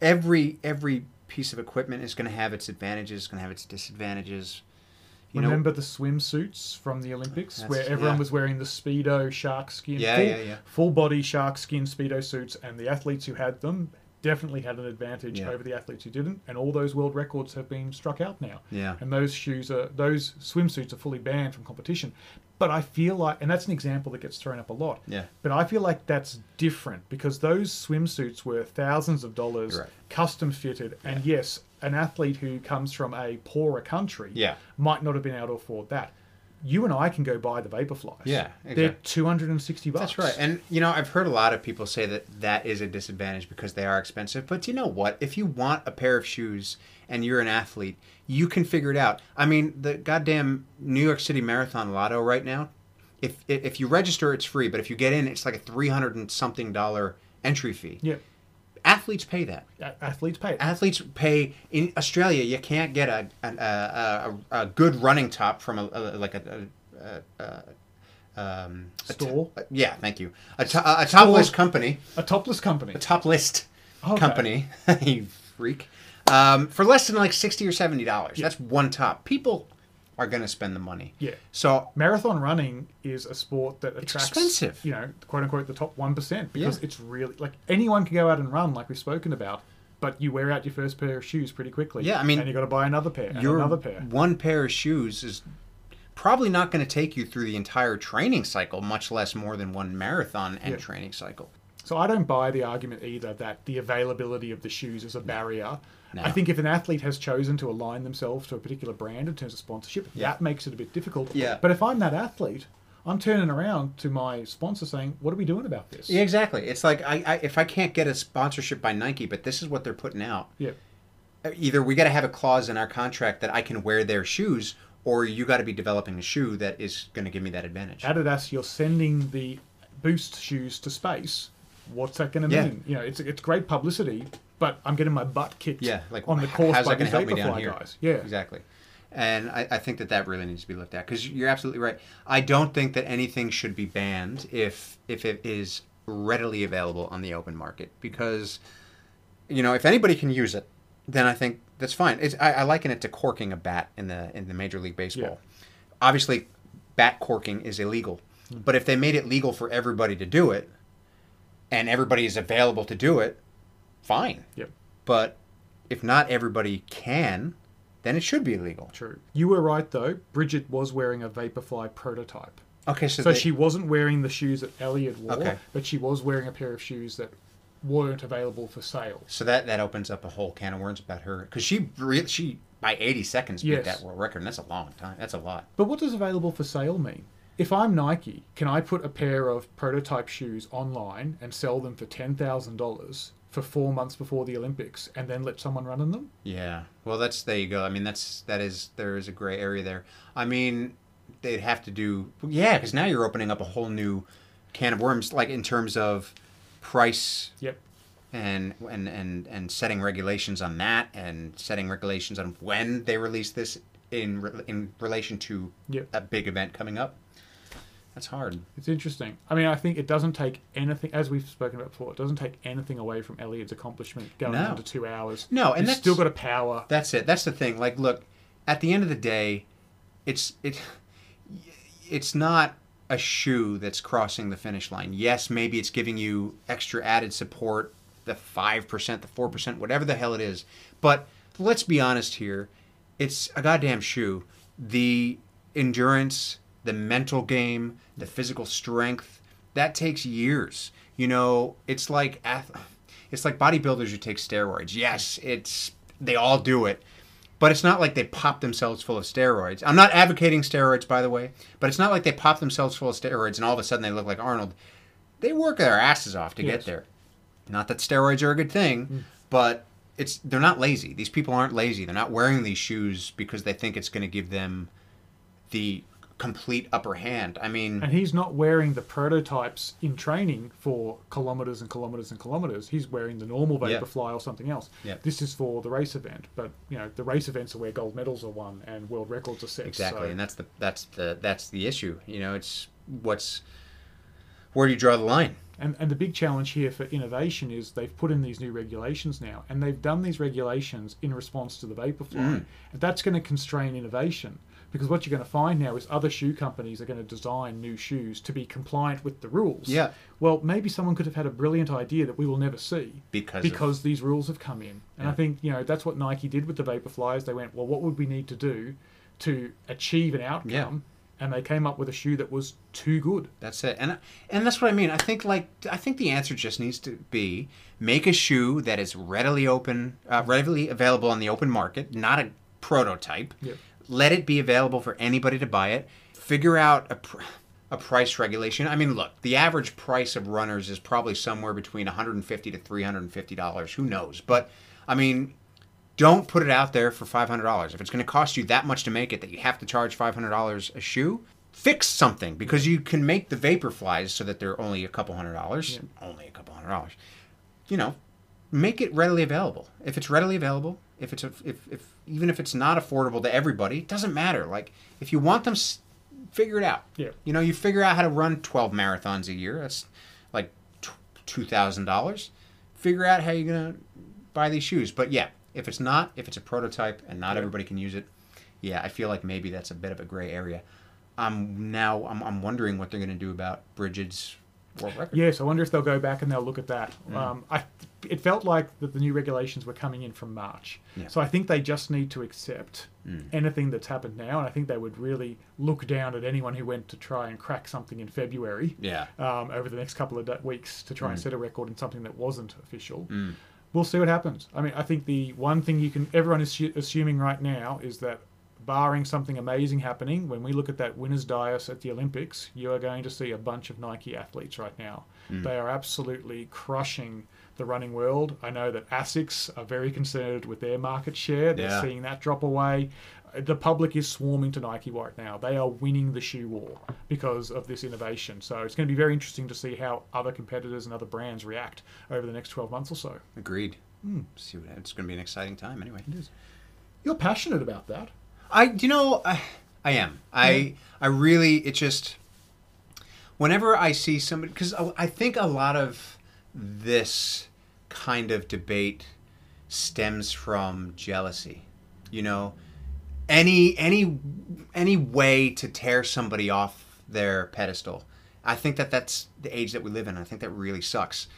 Every every piece of equipment is going to have its advantages, going to have its disadvantages. You know,
Remember the swimsuits from the Olympics
That's-
where everyone
yeah.
was wearing the Speedo shark skin,
Yeah,
full,
yeah, yeah.
full body shark skin Speedo suits, and the athletes who had them definitely had an advantage
Yeah.
over the athletes who didn't, and all those world records have been struck out now.
Yeah.
And those shoes are those swimsuits are fully banned from competition. But I feel like and that's an example that gets thrown up a lot.
Yeah.
But I feel like that's different because those swimsuits were thousands of dollars
You're right.
custom fitted and yes, an athlete who comes from a poorer country
Yeah.
might not have been able to afford that. You and I can go buy the Vaporflies.
Yeah,
they're
exactly.
two hundred and sixty bucks.
That's right. And, you know, I've heard a lot of people say that that is a disadvantage because they are expensive. But you know what? If you want a pair of shoes and you're an athlete, you can figure it out. I mean, the goddamn New York City Marathon lotto right now, if, if if you register, it's free. But if you get in, it's like a 300 and something dollar entry fee.
yeah,
Athletes pay that.
a- athletes pay. it.
Athletes pay in Australia. You can't get a an- a, a, a, a good running top from a, a like a, a, a, a um, a t-
Store?
yeah, thank you. A, to, a topless
Store.
company,
A topless company.
a top list
Okay.
company. you freak. Um, for less than like sixty or seventy dollars. That's one top. People are gonna spend the money.
Yeah.
So
Marathon running is a sport that attracts
expensive.
you know, quote unquote the top one percent because
Yeah.
it's really like anyone can go out and run like we've spoken about, but you wear out your first pair of shoes pretty quickly.
Yeah, I mean,
and you got to buy another pair and
your
another pair.
one pair of shoes is probably not going to take you through the entire training cycle, much less more than one marathon and
Yeah.
training cycle.
So I don't buy the argument either that the availability of the shoes is a barrier.
No.
I think if an athlete has chosen to align themselves to a particular brand in terms of sponsorship,
Yeah.
that makes it a bit difficult.
Yeah.
But if I'm that athlete, I'm turning around to my sponsor saying, "What are we doing about this?"
Yeah, exactly. It's like I, I if I can't get a sponsorship by Nike, but this is what they're putting out. uh,
Yeah.
Either we got to have a clause in our contract that I can wear their shoes, or you got to be developing a shoe that is going to give me that advantage.
Adidas, you're sending the Boost shoes to space. What's that going to
Yeah.
mean? You know, it's it's great publicity, but I'm getting my butt kicked.
Yeah, like
on the course
how's
by
that going
these
to help me down
Vaporfly
here?
guys. Yeah.
exactly. And I, I think that that really needs to be looked at because you're absolutely right. I don't think that anything should be banned if if it is readily available on the open market because you know if anybody can use it, then I think that's fine. It's, I, I liken it to corking a bat in the in the Major League Baseball. Obviously, bat corking is illegal,
Hmm.
but if they made it legal for everybody to do it, and everybody is available to do it, fine.
Yep.
But if not everybody can, then it should be illegal.
True. You were right though. Bridget was wearing a Vaporfly prototype.
Okay, so,
So
they-
she wasn't wearing the shoes that Elliot wore,
Okay.
but she was wearing a pair of shoes that weren't available for sale.
so that that opens up a whole can of worms about her because she re- she by 80 seconds beat
Yes.
that world record. And that's a long time. That's a lot.
But what does available for sale mean? If I'm Nike, can I put a pair of prototype shoes online and sell them for $10,000 for four months before the Olympics and then let someone run in them?
Yeah. Well, that's there you go. I mean, that's that is there is a gray area there. I mean, they'd have to do yeah, because now you're opening up a whole new can of worms, like in terms of price
Yep.
and and and and setting regulations on that and setting regulations on when they release this in re- in relation to
Yep.
a big event coming up That's hard.
It's interesting. I mean, I think it doesn't take anything, as we've spoken about before, it doesn't take anything away from Elliot's accomplishment going
No.
on to two hours.
No, and
He's
that's-
still got a power.
That's it. That's the thing. Like, look, at the end of the day, it's it, it's not a shoe that's crossing the finish line. Yes, maybe it's giving you extra added support, the five percent, the four percent, whatever the hell it is. But let's be honest here, it's a goddamn shoe. The endurance, the mental game, the physical strength, that takes years. You know, it's like ath- it's like bodybuilders who take steroids. Yes, it's they all do it. But it's not like they pop themselves full of steroids. I'm not advocating steroids, by the way, but it's not like they pop themselves full of steroids and all of a sudden they look like Arnold. They work their asses off to
Yes.
get there. Not that steroids are a good thing, but it's they're not lazy. These people aren't lazy. They're not wearing these shoes because they think it's going to give them the complete upper hand. I mean,
And he's not wearing the prototypes in training for kilometers and kilometers and kilometers. He's wearing the normal
Yeah.
Vaporfly or something else.
Yeah.
This is for the race event, but you know the race events are where gold medals are won and world records are set.
exactly
so-
and that's the that's the that's the issue you know it's what's where do you draw the line
And, and the big challenge here for innovation is they've put in these new regulations now, and they've done these regulations in response to the Vaporfly. And that's going to constrain innovation because what you're going to find now is other shoe companies are going to design new shoes to be compliant with the rules.
Yeah.
Well, maybe someone could have had a brilliant idea that we will never see
because of-
because these rules have come in. And I think, you know, that's what Nike did with the Vaporflies. They went, well, what would we need to do to achieve an outcome? And they came up with a shoe that was too good.
that's it and and that's what i mean i think like i think the answer just needs to be make a shoe that is readily open uh, readily available on the open market not a prototype
Yep.
let it be available for anybody to buy it figure out a pr- a price regulation. I mean, look, the average price of runners is probably somewhere between 150 to 350 dollars. Who knows? But I mean, don't put it out there for $500. If it's going to cost you that much to make it that you have to charge $500 a shoe, fix something because you can make the vapor flies so that they're only a couple hundred dollars, only a couple hundred dollars. You know, make it readily available. If it's readily available, if it's a, if, if even if it's not affordable to everybody, it doesn't matter. Like if you want them s- figure it out.
Yeah.
You know, you figure out how to run 12 marathons a year. That's like t- $2,000. Figure out how you're going to buy these shoes. But yeah, if it's not, if it's a prototype and not everybody can use it, yeah, I feel like maybe that's a bit of a gray area. I'm now, I'm, I'm wondering what they're going to do about Bridget's world record.
Yes, I wonder if they'll go back and they'll look at that. Um, I, it felt like that the new regulations were coming in from March,
Yeah.
so I think they just need to accept anything that's happened now, and I think they would really look down at anyone who went to try and crack something in February
Yeah.
um, over the next couple of da- weeks to try and set a record in something that wasn't official. We'll see what happens. I mean, I think the one thing you can everyone is assu- assuming right now is that barring something amazing happening, when we look at that winners' dais at the Olympics, you are going to see a bunch of Nike athletes right now. They are absolutely crushing the running world. I know that Asics are very concerned with their market share. They're
Yeah.
seeing seeing that drop away. The public is swarming to Nike right now. They are winning the shoe war because of this innovation. So it's going to be very interesting to see how other competitors and other brands react over the next 12 months or so.
Agreed. See what it's going to be an exciting time anyway. It is.
You're passionate about that.
I you know I, I am I I really it just whenever I see somebody because I, I think a lot of this kind of debate stems from jealousy you know any any any way to tear somebody off their pedestal I think that that's the age that we live in I think that really sucks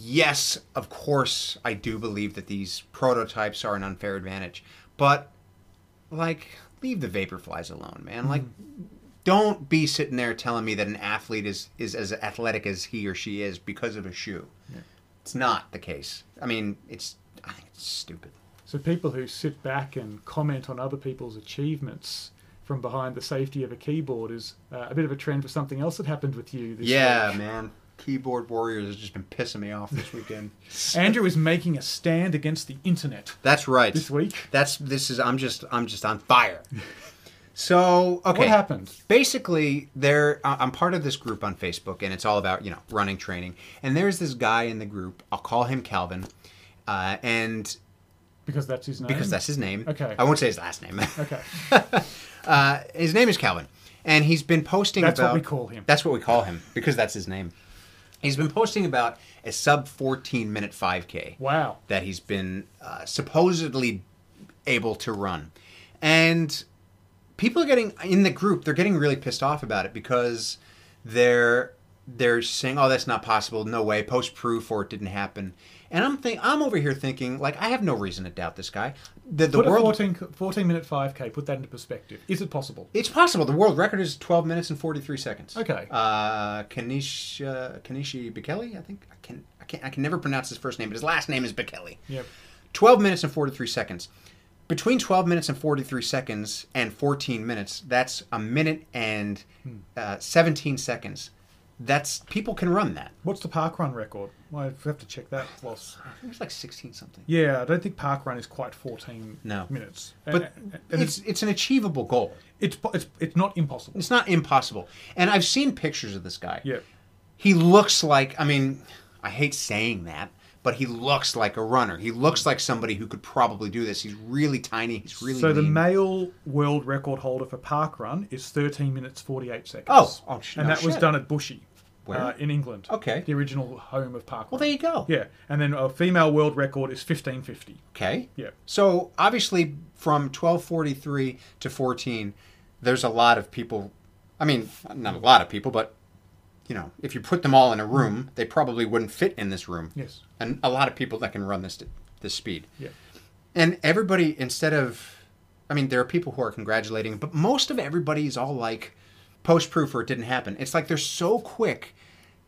yes, of course, I do believe that these prototypes are an unfair advantage, but like, leave the vaporflies alone, man. Like, don't be sitting there telling me that an athlete is is as athletic as he or she is because of a shoe. It's not the case. I mean, it's I think it's stupid.
So people who sit back and comment on other people's achievements from behind the safety of a keyboard is uh, a bit of a trend for something else that happened with you this
Yeah,
week.
man. Keyboard warriors has just been pissing me off this weekend.
Andrew is making a stand against the internet
That's right.
this week.
That's this is I'm just I'm just on fire. So okay,
What happened?
basically there I- i'm part of this group on facebook and it's all about you know running training and there's this guy in the group i'll call him calvin uh, and
Because that's his name.
because that's his name
Oh. Okay.
i won't say his last name
Okay.
uh, his name is calvin and he's been posting
That's
about
what we call him.
that's what we call him because that's his name. He's been posting about a sub 14 minute 5K
Wow.
that he's been uh, supposedly able to run. And people are getting in the group, they're getting really pissed off about it because they're they're saying, "Oh, that's not possible. No way. Post proof or it didn't happen." And I'm think I'm over here thinking like I have no reason to doubt this guy. The, the
Put a
world
14, 14 minute 5K, put that into perspective. Is it possible?
it's possible. The world record is 12 minutes and 43 seconds.
Okay.
Uh, Kanish, uh, Kanishi Bekele, I think. I can, I can, I can never pronounce his first name, but his last name is Bekele.
Yep.
12 minutes and 43 seconds. Between 12 minutes and 43 seconds and 14 minutes, that's a minute and
Hmm.
uh, 17 seconds. That's people can run that.
What's the park run record? Well, I have to check that. Whilst...
I think it's like 16 something.
Yeah, I don't think park run is quite 14
No.
minutes.
But
And- and it's,
it's it's an achievable goal.
it's, po- it's, it's not impossible.
It's not impossible. And I've seen pictures of this guy.
Yeah.
he looks like i mean i hate saying that but he looks like a runner he looks like somebody who could probably do this he's really tiny he's really
so the
lean.
male world record holder for park run is 13 minutes 48 seconds.
Oh, oh, sh-
and
no
that was
shit.
done at Bushy,
Where?
Uh, in England.
Okay.
the original home of park.
well there you go
yeah, and then a female world record is 1550.
okay
Yeah.
so obviously from 1243 to 14 there's a lot of people i mean not a lot of people but you know if you put them all in a room they probably wouldn't fit in this room
Yes.
and a lot of people that can run this this speed
Yeah.
And everybody, instead of, I mean, there are people who are congratulating, but most of everybody is all like, post proof or it didn't happen. It's like they're so quick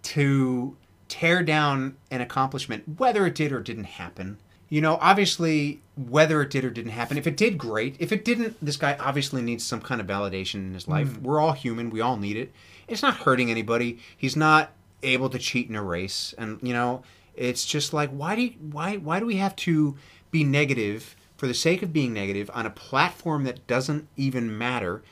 to tear down an accomplishment, whether it did or didn't happen. You know, obviously, whether it did or didn't happen, if it did, great. If it didn't, this guy obviously needs some kind of validation in his life. We're all human, we all need it. It's not hurting anybody. He's not able to cheat in a race and you know it's just like why do you, why why do we have to be negative for the sake of being negative on a platform that doesn't even matter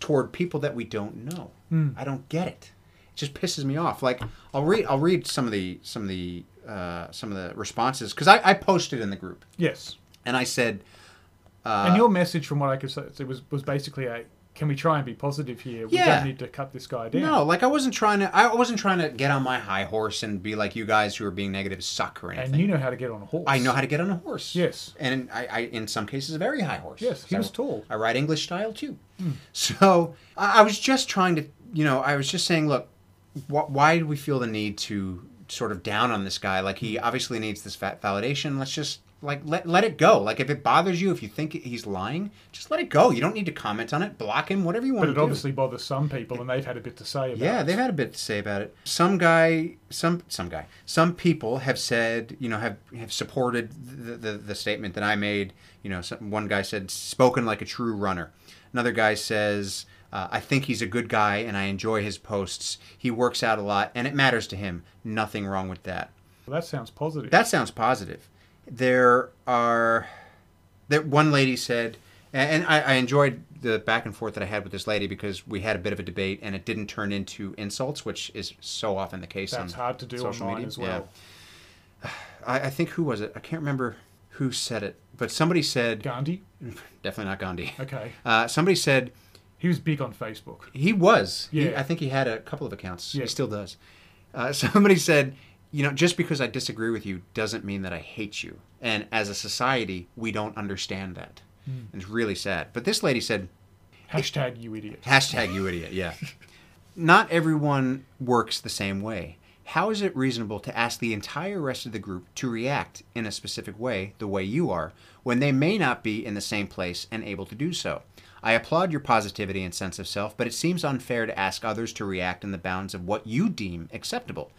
toward people that we don't know
Hmm.
i don't get it it just pisses me off like i'll read i'll read some of the some of the uh, some of the responses because I, I posted in the group
Yes,
and i said Uh,
and your message, from what I could say, it was was basically a can we try and be positive here? We
Yeah.
don't need to cut this guy down.
no like i wasn't trying to i wasn't trying to get on my high horse and be like you guys who are being negative suck or anything
and you know how to get on a horse.
I know how to get on a horse.
Yes.
and I, I in some cases, a very high horse.
Yes, Hmm. he
I-
was tall.
I ride English style too. So I, I was just trying to, you know, I was just saying, look, wh- why do we feel the need to sort of down on this guy? Like he obviously needs this fat validation. Let's just like let let it go. Like if it bothers you, if you think he's lying, just let it go. You don't need to comment on it. Block him. Whatever you want
but it
to do.
obviously bothers some people, and they've had a bit to say about.
Yeah,
it.
they've had a bit to say about it. Some guy, some some guy, some people have said, you know, have have supported the the, the statement that I made. You know, some, one guy said, "Spoken like a true runner." Another guy says, uh, "I think he's a good guy, and I enjoy his posts. He works out a lot, and it matters to him. Nothing wrong with that."
Well, that sounds positive.
That sounds positive. There are that one lady said, and I, I enjoyed the back and forth that I had with this lady because we had a bit of a debate and it didn't turn into insults, which is so often the case.
That's
on
hard to do
social
online
media.
as well.
Yeah. I, I think who was it? I can't remember who said it, but somebody said
Gandhi.
definitely not Gandhi.
Okay,
Uh, somebody said
he was big on Facebook.
he was. He-
Yeah.
I think he had a couple of accounts.
Yeah.
He still does. Uh, somebody said, you know, just because I disagree with you doesn't mean that I hate you. And as a society, we don't understand that.
Hmm.
And it's really sad. But this lady said,
Hashtag you idiot.
hashtag you idiot, yeah. Not everyone works the same way. How is it reasonable to ask the entire rest of the group to react in a specific way, the way you are, when they may not be in the same place and able to do so? I applaud your positivity and sense of self, but it seems unfair to ask others to react in the bounds of what you deem acceptable.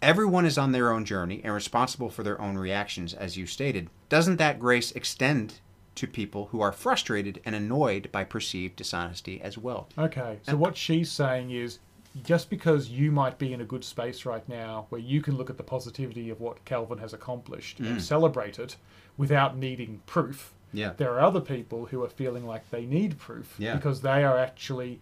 Everyone is on their own journey and responsible for their own reactions, as you stated. Doesn't that grace extend to people who are frustrated and annoyed by perceived dishonesty as well?
Okay, so what she's saying is just because you might be in a good space right now where you can look at the positivity of what Calvin has accomplished
Mm.
and celebrate it without needing proof,
Yeah.
there are other people who are feeling like they need proof
Yeah.
because they are actually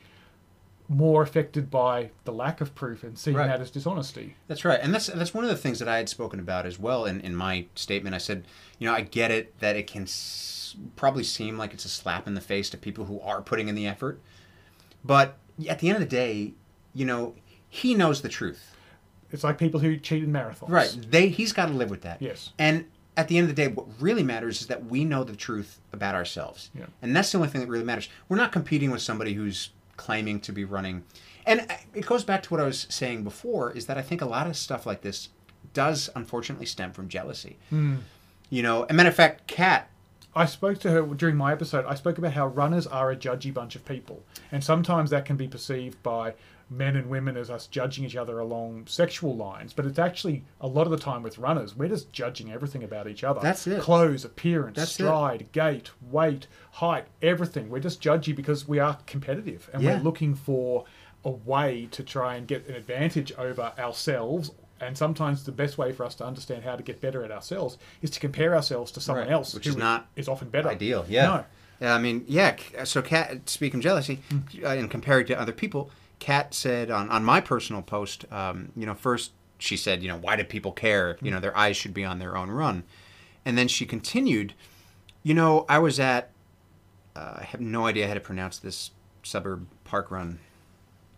more affected by the lack of proof and seeing
Right.
that as dishonesty.
That's right, and that's that's one of the things that I had spoken about as well in, in my statement. I said, you know, I get it that it can s- probably seem like it's a slap in the face to people who are putting in the effort, but at the end of the day, you know, he knows the truth.
It's like people who cheat in marathons.
Right. They he's got to live with that.
Yes.
And at the end of the day, what really matters is that we know the truth about ourselves.
Yeah.
And that's the only thing that really matters. We're not competing with somebody who's claiming to be running. And I- it goes back to what I was saying before is that I think a lot of stuff like this does unfortunately stem from jealousy.
Hmm.
You know, a matter of fact, Kat,
I spoke to her during my episode. I spoke about how runners are a judgy bunch of people, and sometimes that can be perceived by men and women as us judging each other along sexual lines. But it's actually a lot of the time with runners, we're just judging everything about each other.
That's it.
Clothes, appearance,
That's it.
stride, gait, weight, height, everything. We're just judgy because we are competitive and
Yeah.
we're looking for a way to try and get an advantage over ourselves. And sometimes the best way for us to understand how to get better at ourselves is to compare ourselves to someone
Right,
else,
which
who
is not
is often better.
ideal. Yeah.
No.
Yeah, I mean, yeah. c- So, Kat, speaking of jealousy uh, and comparing to other people, Kat said on, on my personal post, um, you know, first she said, you know, why do people care? You know, their eyes should be on their own run. And then she continued, you know, I was at, uh, I have no idea how to pronounce this suburb park run.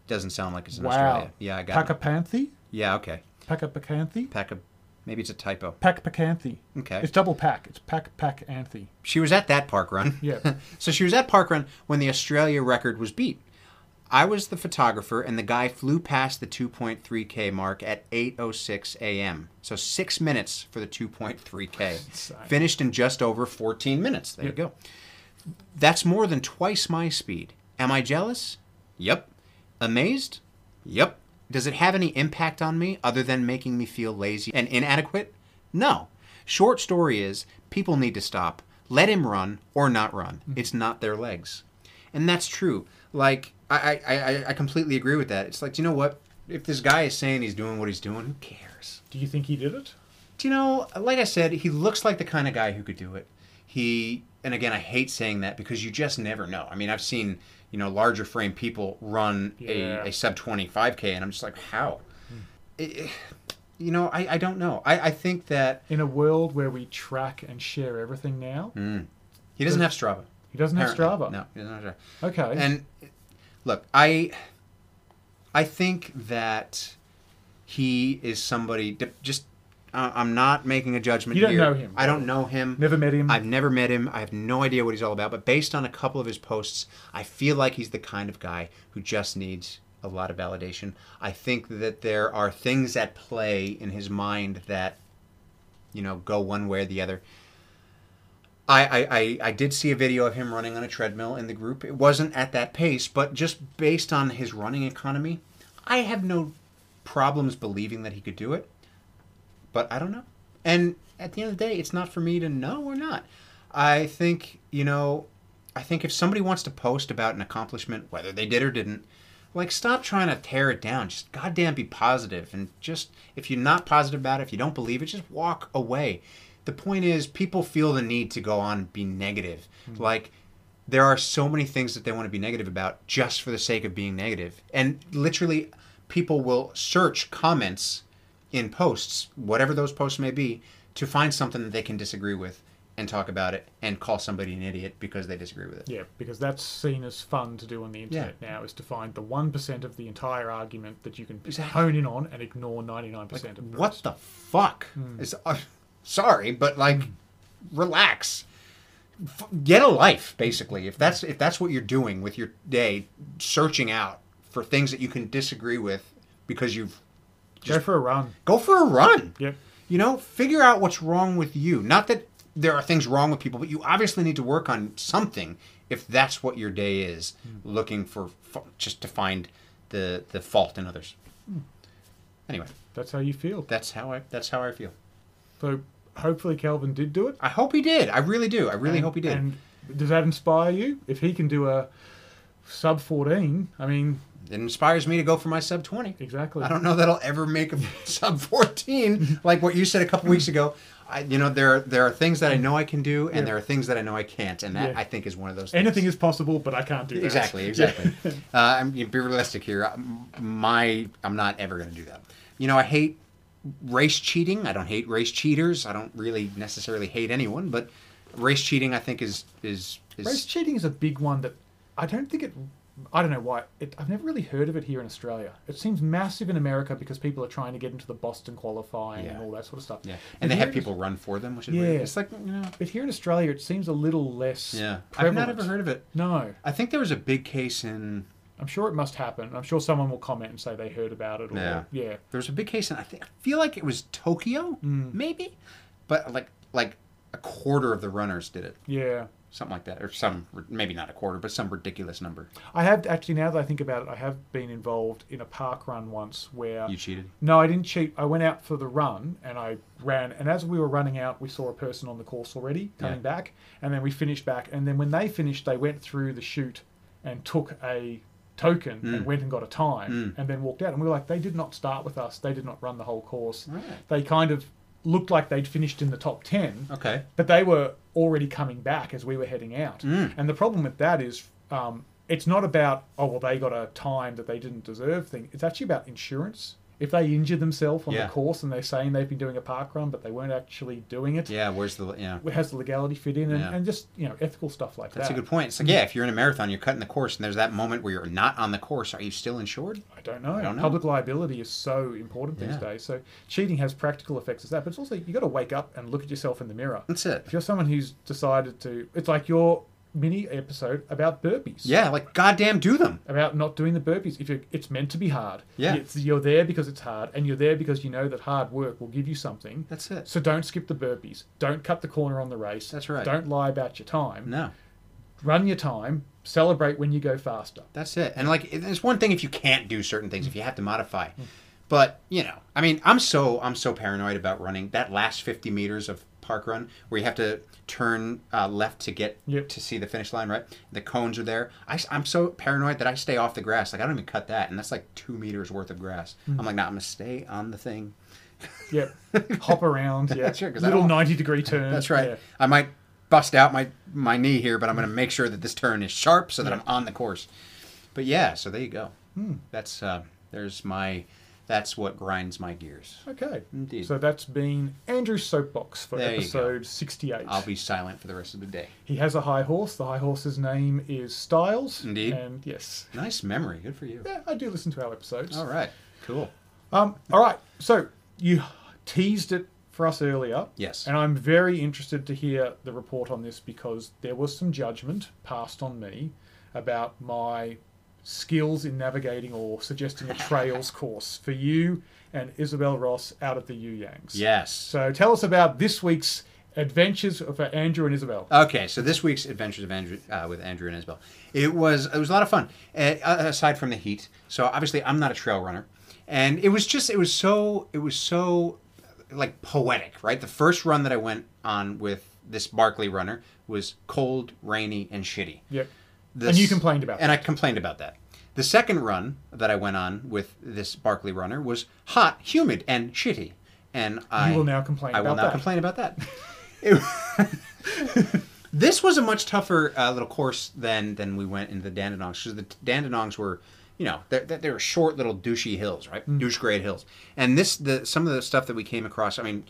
Doesn't sound like it's in
Wow.
Australia. Yeah, I got it.
Pakapanthi?
Yeah, okay.
Pakapakanthi?
Pack a, maybe it's a typo.
Pakpakanthi.
Okay.
It's double pack. It's pack pack anthy.
She was at that park run.
Yeah.
so she was at park run when the Australia record was beat. I was the photographer, and the guy flew past the 2.3k mark at 8:06 a.m. So six minutes for the 2.3k, finished in just over 14 minutes. There you go. That's more than twice my speed. Am I jealous? Yep. Amazed? Yep. Does it have any impact on me other than making me feel lazy and inadequate? No. Short story is people need to stop. Let him run or not run. It's not their legs. And that's true. Like, I, I, I, I completely agree with that. It's like, do you know what? If this guy is saying he's doing what he's doing, who cares?
Do you think he did it?
Do you know, like I said, he looks like the kind of guy who could do it. He, and again, I hate saying that because you just never know. I mean, I've seen, you know, larger frame people run
Yeah. Hmm.
a, a sub 25K, and I'm just like, how? It- it- you know, I, I don't know. I, I think that
In a world where we track and share everything now,
hmm, he doesn't have Strava.
he doesn't have
apparently.
Strava.
No, he doesn't have Strava.
Okay.
And look, I I think that he is somebody d- just I- I'm not making a judgment
You don't
here.
know him.
I don't know him.
Never met him.
I've never met him. I have no idea what he's all about, but based on a couple of his posts, I feel like he's the kind of guy who just needs a lot of validation. I think that there are things at play in his mind that, you know, go one way or the other. I, I, I, I did see a video of him running on a treadmill in the group. It wasn't at that pace, but just based on his running economy, I have no problems believing that he could do it. But I don't know. And at the end of the day, it's not for me to know or not. I think, you know, I think if somebody wants to post about an accomplishment, whether they did or didn't, like stop trying to tear it down. Just goddamn be positive and just if you're not positive about it, if you don't believe it, just walk away. The point is people feel the need to go on and be negative. Like there are so many things that they want to be negative about just for the sake of being negative. And literally people will search comments in posts, whatever those posts may be, to find something that they can disagree with and talk about it and call somebody an idiot because they disagree with it.
yeah, because that's seen as fun to do on the internet
Yeah.
now is to find the 1% of the entire argument that you can
Exactly.
hone in on and ignore 99% of the
What the fuck? Is uh, sorry, but like relax. F- get a life basically. If that's if that's what you're doing with your day searching out for things that you can disagree with because you've
Go for a run.
go for a run.
Yep.
You know, figure out what's wrong with you. Not that there are things wrong with people, but you obviously need to work on something if that's what your day is,
Hmm.
looking for fa- just to find the the fault in others.
Hmm.
Anyway,
That's how you feel.
that's how I that's how I feel.
So hopefully Calvin did do it.
I hope he did. I really do. I really
And-
hope he did.
And does that inspire you? If he can do a sub 14, I mean,
it inspires me to go for my sub 20.
exactly.
I don't know that I'll ever make a sub 14 like what you said a couple weeks ago. I, you know, there are, there are things that I know I can do, and there are things that I know I can't, and that
Yeah.
I think is one of those. Things.
Anything is possible, but I can't do that.
Exactly,
Yeah.
exactly. uh, I'm you know, be realistic here. I'm- My, I'm not ever going to do that. You know, I hate race cheating. I don't hate race cheaters. I don't really necessarily hate anyone, but race cheating, I think, is is is
Race cheating is a big one that I don't think it I don't know why. It, I've never really heard of it here in Australia. It seems massive in America because people are trying to get into the Boston qualifying and
Yeah.
all that sort of stuff.
Yeah,
But
and they
here
have
in-
people run for them, which is
Yeah.
weird. It's like you know,
But here in Australia, it seems a little less.
yeah, I've not
prevalent.
ever heard of it.
No,
I think there was a big case in
I'm sure it must happen. I'm sure someone will comment and say they heard about it. Or,
Yeah.
yeah.
there was a big case in I think I feel like it was Tokyo,
Hmm.
maybe, but like like a quarter of the runners did it,
Yeah.
something like that, or some maybe not a quarter, but some ridiculous number.
I have actually now that I think about it, I have been involved in a park run once where
You cheated.
no, I didn't cheat. I went out for the run and I ran, and as we were running out, we saw a person on the course already coming
Yeah.
back, and then we finished back, and then when they finished, they went through the chute and took a token
Mm.
and went and got a time and then walked out, and we were like, they did not start with us, they did not run the whole course,
Right.
they kind of looked like they'd finished in the top ten,
Okay.
but they were already coming back as we were heading out.
Mm.
And the problem with that is, um, it's not about oh well they got a time that they didn't deserve thing. It's actually about insurance. If they injure themselves on
Yeah.
the course and they're saying they've been doing a park run but they weren't actually doing it,
Yeah. Where's the yeah?
where has the legality fit in and,
Yeah.
and just you know ethical stuff like
That's
that.
a good point. It's like yeah, if you're in a marathon, you're cutting the course, and there's that moment where you're not on the course. Are you still insured?
I don't know.
don't know.
Public liability is so important these
Yeah.
days. So cheating has practical effects as that, but it's also you got to wake up and look at yourself in the mirror.
That's it.
If you're someone who's decided to, it's like your mini episode about burpees.
Yeah. Like goddamn, do them.
about not doing the burpees. If you're, it's meant to be hard,
Yeah.
it's, you're there because it's hard, and you're there because you know that hard work will give you something.
That's it.
So don't skip the burpees. Don't cut the corner on the race.
That's right.
Don't lie about your time.
No.
Run your time. Celebrate when you go faster.
That's it. And like, it- it's one thing if you can't do certain things, if you have to modify. But you know, I mean, I'm so I'm so paranoid about running that last 50 meters of park run where you have to turn uh, left to get
Yep.
to see the finish line. Right, the cones are there. I, am so paranoid that I stay off the grass. Like I don't even cut that, and that's like two meters worth of grass. I'm like, nah, I'm gonna stay on the thing.
Yep. Hop around. Yeah.
That's right, 'cause I
Little
don't-
ninety degree turn.
That's right.
Yeah.
I might bust out my my knee here, but I'm going to make sure that this turn is sharp so that I'm on the course. But yeah, so there you go. That's uh, there's my that's what grinds my gears.
Okay.
Indeed.
So that's been Andrew's soapbox for
There you go.
episode sixty-eight.
I'll be silent for the rest of the day.
He has a high horse. The high horse's name is Styles.
Indeed.
And yes,
Nice memory. Good for you.
yeah, I do listen to our episodes.
All right. Cool.
Um, all right. So you teased it for us earlier.
Yes.
And I'm very interested to hear the report on this because there was some judgment passed on me about my skills in navigating or suggesting a trails course for you and Isabel Ross out at the Yu Yangs.
Yes.
So tell us about this week's adventures for Andrew and Isabel.
Okay, so this week's Adventures of Andrew uh, with Andrew and Isabel, it was it was a lot of fun. Uh, aside from the heat, so obviously I'm not a trail runner, and it was just it was so it was so like poetic, right? The first run that I went on with this Barkley runner was cold, rainy, and shitty.
Yep.
This-
And you complained about
and I complained about that. The second run that I went on with this Barkley runner was hot, humid, and shitty. And I
will now complain
I will
about
now
that.
complain about that. It- this was a much tougher uh, little course than than we went into the Dandenongs because the Dandenongs were, you know, they they were short little douchey hills, right? Douche grade hills. And this the some of the stuff that we came across. I mean.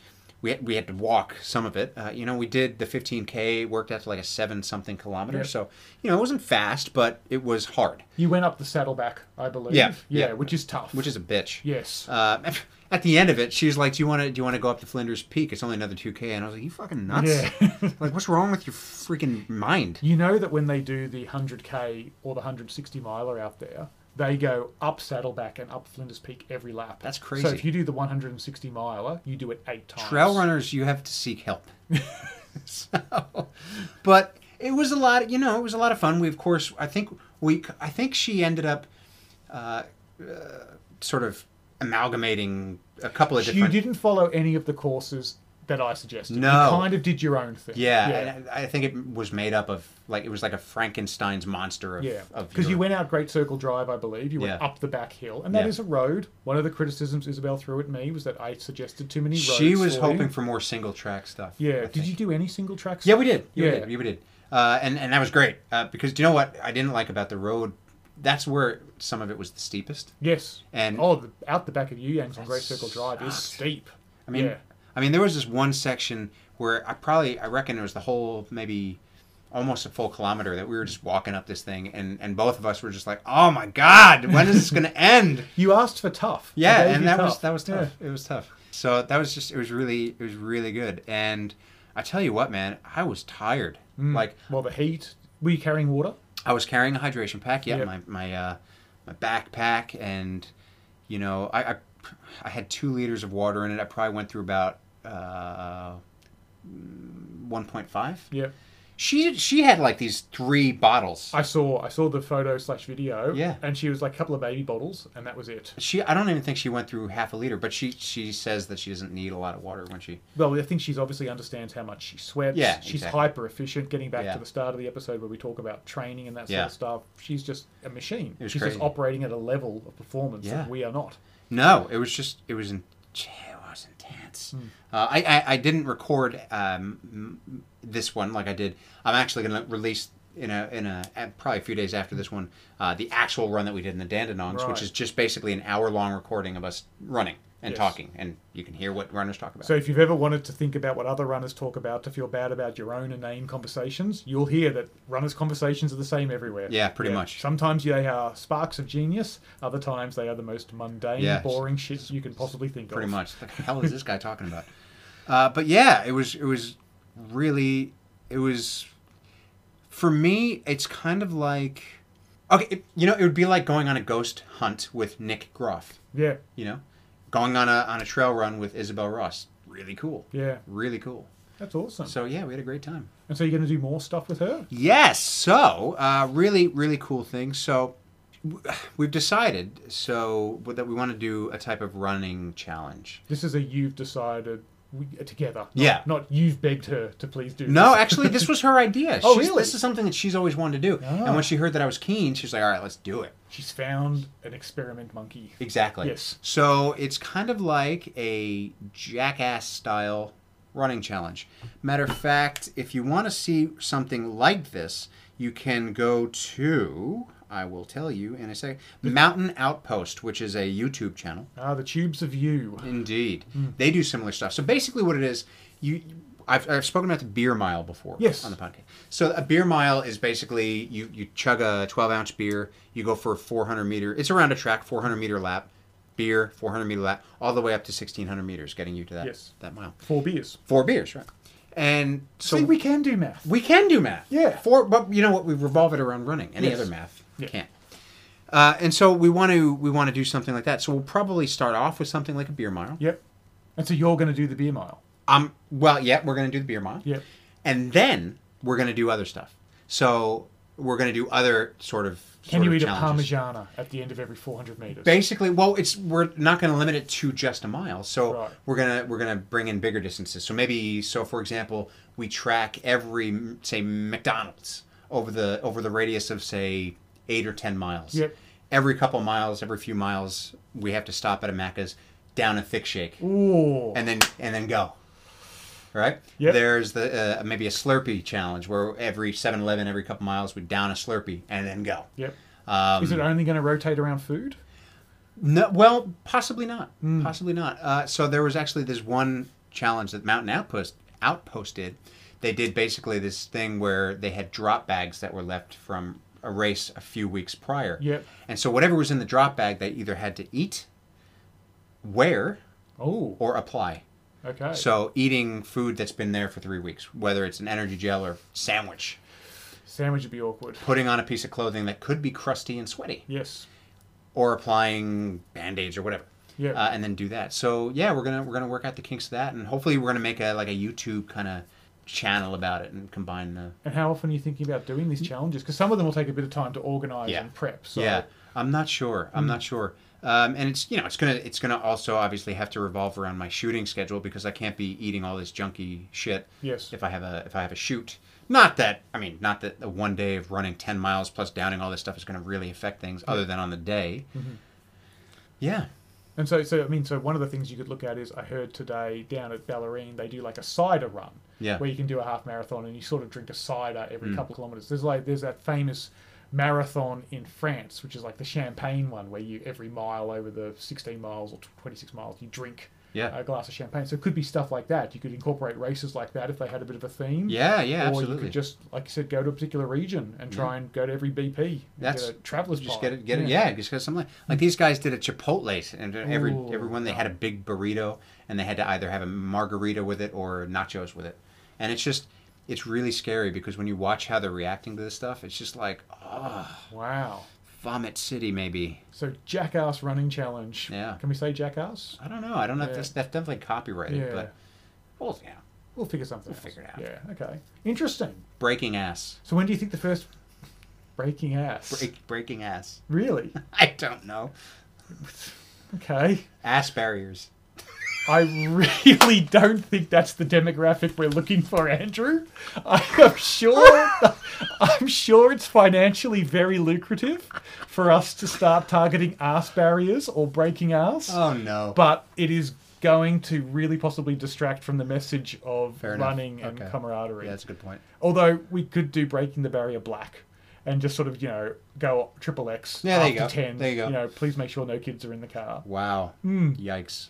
We had, we had to walk some of it. Uh, you know, we did the 15K, worked out to like a seven something kilometer.
Yeah.
So, you know, it wasn't fast, but it was hard,
You went up the saddleback, I believe.
Yeah,
Yeah,
yeah.
which is tough.
which is a bitch.
Yes.
Uh, at the end of it, she was like, "Do you want to? Do you want to go up to Flinders Peak? It's only another 2K." And I was like, "You fucking nuts!
Yeah.
like, what's wrong with your freaking mind?"
You know that when they do the 100k or the 160 miler out there, they go up Saddleback and up Flinders Peak every lap.
That's
So
crazy.
if you do the 160 miler, you do it eight times.
Trail runners, you have to seek help. so, but it was a lot. You know, it was a lot of fun. We, of course, I think we, I think she ended up, uh, uh, sort of amalgamating a couple of
You
different.
didn't follow any of the courses that I suggested.
No.
You kind of did your own thing.
yeah, and I I think it was made up of like it was like a Frankenstein's monster of
Yeah,
of
because
your-
you went out Great Circle Drive, I believe. You went
Yeah.
up the back hill, and that
Yeah.
is a road. One of the criticisms Isabel threw at me was that I suggested too many roads.
She was
for you.
hoping for more single track stuff. I
Yeah. Did
think.
you do any single tracks?
Yeah, we did. Yeah,
Yeah.
we did. Yeah, we did. Uh, and and that was great uh, because do you know what I didn't like about the road? That's where some of it was the steepest.
Yes.
And-
oh, the, out the back of Yu Yang's on Great Circle Drive is
sucked.
steep.
I mean,
yeah.
I mean, there was this one section where I probably I reckon it was the whole maybe almost a full kilometer that we were just walking up this thing, and and both of us were just like, oh my god, when is this going to end?
You asked for tough. I
Yeah,
gave you
and that was
tough.
that was
Yeah.
tough. It was tough. So that was just it was really it was really good. And I tell you what, man, I was tired.
Mm.
Like
Well, the heat. Were you carrying water?
I was carrying a hydration pack. Yeah,
Yep.
my my uh, my backpack, and you know, I, I I had two liters of water in it. I probably went through about uh, one point five.
Yeah.
She she had like these three bottles.
I saw I saw the photo slash video.
Yeah.
And she was like a couple of baby bottles, and that was it.
She I don't even think she went through half a liter, but she she says that she doesn't need a lot of water when she.
Well, I think she's obviously understands how much she sweats.
Yeah,
She's
exactly.
hyper efficient. Getting back
Yeah.
to the start of the episode where we talk about training and that sort
Yeah.
of stuff, she's just a machine.
was
She's
crazy.
just operating at a level of performance
Yeah.
that we are not.
No, it was just it was in, it was
Hmm.
intense. Uh, I, I I didn't record um, m- this one like I did. I'm actually going to release in a in a at- probably a few days after this one uh, the actual run that we did in the Dandenongs,
Right.
which is just basically an hour long recording of us running and
Yes.
talking, and you can hear what runners talk about.
So if you've ever wanted to think about what other runners talk about to feel bad about your own inane conversations, you'll hear that runners' conversations are the same everywhere.
Yeah, pretty much.
Sometimes they are sparks of genius. Other times they are the most mundane,
Yeah,
boring shit you can possibly think
pretty
of.
much. What the hell is this guy talking about? Uh, but yeah, it was it was really it was for me. It's kind of like okay, it, you know, it would be like going on a ghost hunt with Nick Groff.
Yeah,
You know, going on a on a trail run with Isabel Ross. Really cool.
yeah,
Really cool.
that's awesome.
So yeah, we had a great time.
and so you're going to do more stuff with her?
Yes. So, uh, really, really cool thing. So, w- we've decided so that we want to do a type of running challenge.
This is a you've decided we, uh, together. Not,
Yeah.
Not you've begged her to please do.
No,
this.
actually, this was her idea.
Oh,
She's-
really?
This is something that she's always wanted to do. And
Ah.
when she heard that I was keen, she's like, "All right, let's do it."
she's found an experiment monkey.
Exactly.
Yes.
So it's kind of like a jackass style running challenge. Matter of fact, if you want to see something like this, you can go to. I will tell you in a second. Mountain Outpost, which is a YouTube channel.
Ah, the tubes of you.
Indeed,
Hmm.
they do similar stuff. So basically, what it is, you, I've, I've spoken about the beer mile before.
Yes.
on the podcast. So a beer mile is basically you you chug a twelve ounce beer, you go for a four hundred meter. It's around a track, four hundred meter lap, beer, four hundred meter lap, all the way up to sixteen hundred meters, getting you to that
Yes.
that mile.
Four beers.
Four beers, right? And so
So See, we can do math.
we can do math.
Yeah.
For but you know what? We revolve it around running. Any
Yes.
other math
Yeah.
can't. Uh, and so we want to we want to do something like that. So we'll probably start off with something like a beer mile.
Yep. And so you're going to do the beer mile.
Um. Well, yeah, we're gonna do the beer mile.
Yep.
And then we're gonna do other stuff. So we're gonna do other sort of.
Can
sort
you
of
eat
challenges.
a parmigiana at the end of every 400 meters?
Basically, well, it's we're not gonna limit it to just a mile. So
Right.
we're gonna we're gonna bring in bigger distances. So maybe so for example, we track every say McDonald's over the over the radius of say eight or ten miles.
Yep.
Every couple miles, every few miles, we have to stop at a Macca's, down a thick shake,
Ooh.
and then and then go. Right?
Yep.
There's the uh, maybe a Slurpee challenge where every 7-Eleven, every couple miles, we down a Slurpee and then go.
yep.
Um,
Is it only going to rotate around food?
no, well, possibly not. Possibly not. Uh, so there was actually this one challenge that Mountain Outpost outposted. They did basically this thing where they had drop bags that were left from a race a few weeks prior.
Yep.
And so whatever was in the drop bag, they either had to eat, wear,
Oh,
or apply.
okay.
So eating food that's been there for three weeks, whether it's an energy gel or sandwich,
Sandwich would be awkward.
putting on a piece of clothing that could be crusty and sweaty,
Yes.
or applying band-aids or whatever,
Yeah.
uh, and then do that. So yeah, we're gonna we're gonna work out the kinks of that, and hopefully we're gonna make a like a YouTube kind of channel about it and combine the
and how often are you thinking about doing these challenges? Because some of them will take a bit of time to organise
Mm. Yeah.
and prep. So
yeah. I'm not sure. I'm not sure. Um, and it's you know it's gonna it's gonna also obviously have to revolve around my shooting schedule because I can't be eating all this junky shit
Yes.
if I have a if I have a shoot. Not that I mean, not that the one day of running ten miles plus downing all this stuff is going to really affect things, other than on the day.
Mm-hmm.
Yeah,
And so, so I mean, so one of the things you could look at is I heard today down at Ballerine they do like a cider run,
Yeah. Mm.
where you can do a half marathon and you sort of drink a cider every couple of kilometers. There's like there's that famous marathon in France, which is like the Champagne one, where you every mile over the 16 miles or tw- 26 miles you drink
Yeah.
a glass of champagne. So it could be stuff like that. You could incorporate races like that if they had a bit of a theme.
Yeah, yeah,
or
absolutely. Mm.
you could just, like you said, go to a particular region and try and go to every BP. and
That's-
get a traveler's
just
pie.
get it, get it. Yeah, just get something like, like these guys did a Chipotle, and every
Ooh.
everyone they had a big burrito, and they had to either have a margarita with it or nachos with it, and it's just it's really scary because when you watch how they're reacting to this stuff, it's just like, oh,
Wow.
vomit city maybe.
So jackass running challenge.
Yeah.
Can we say jackass?
I don't know. I don't know. if
Yeah.
That's, that's definitely copyrighted,
Yeah.
but well, yeah,
We'll figure something out.
figure it out.
Yeah, okay. Interesting.
breaking ass,
So when do you think the first breaking ass?
Break, breaking ass.
Really?
I don't know.
Okay.
Ass barriers.
I really don't think that's the demographic we're looking for, Andrew. I am sure I'm sure it's financially very lucrative for us to start targeting ass barriers or breaking ass.
Oh no.
but it is going to really possibly distract from the message of
Fair enough.
running and
Okay.
camaraderie.
yeah, that's a good point.
Although we could do breaking the barrier black and just sort of, you know, go triple X
Yeah, there
after
you go.
10.
There you go.
know, please make sure no kids are in the car.
Wow. Yikes.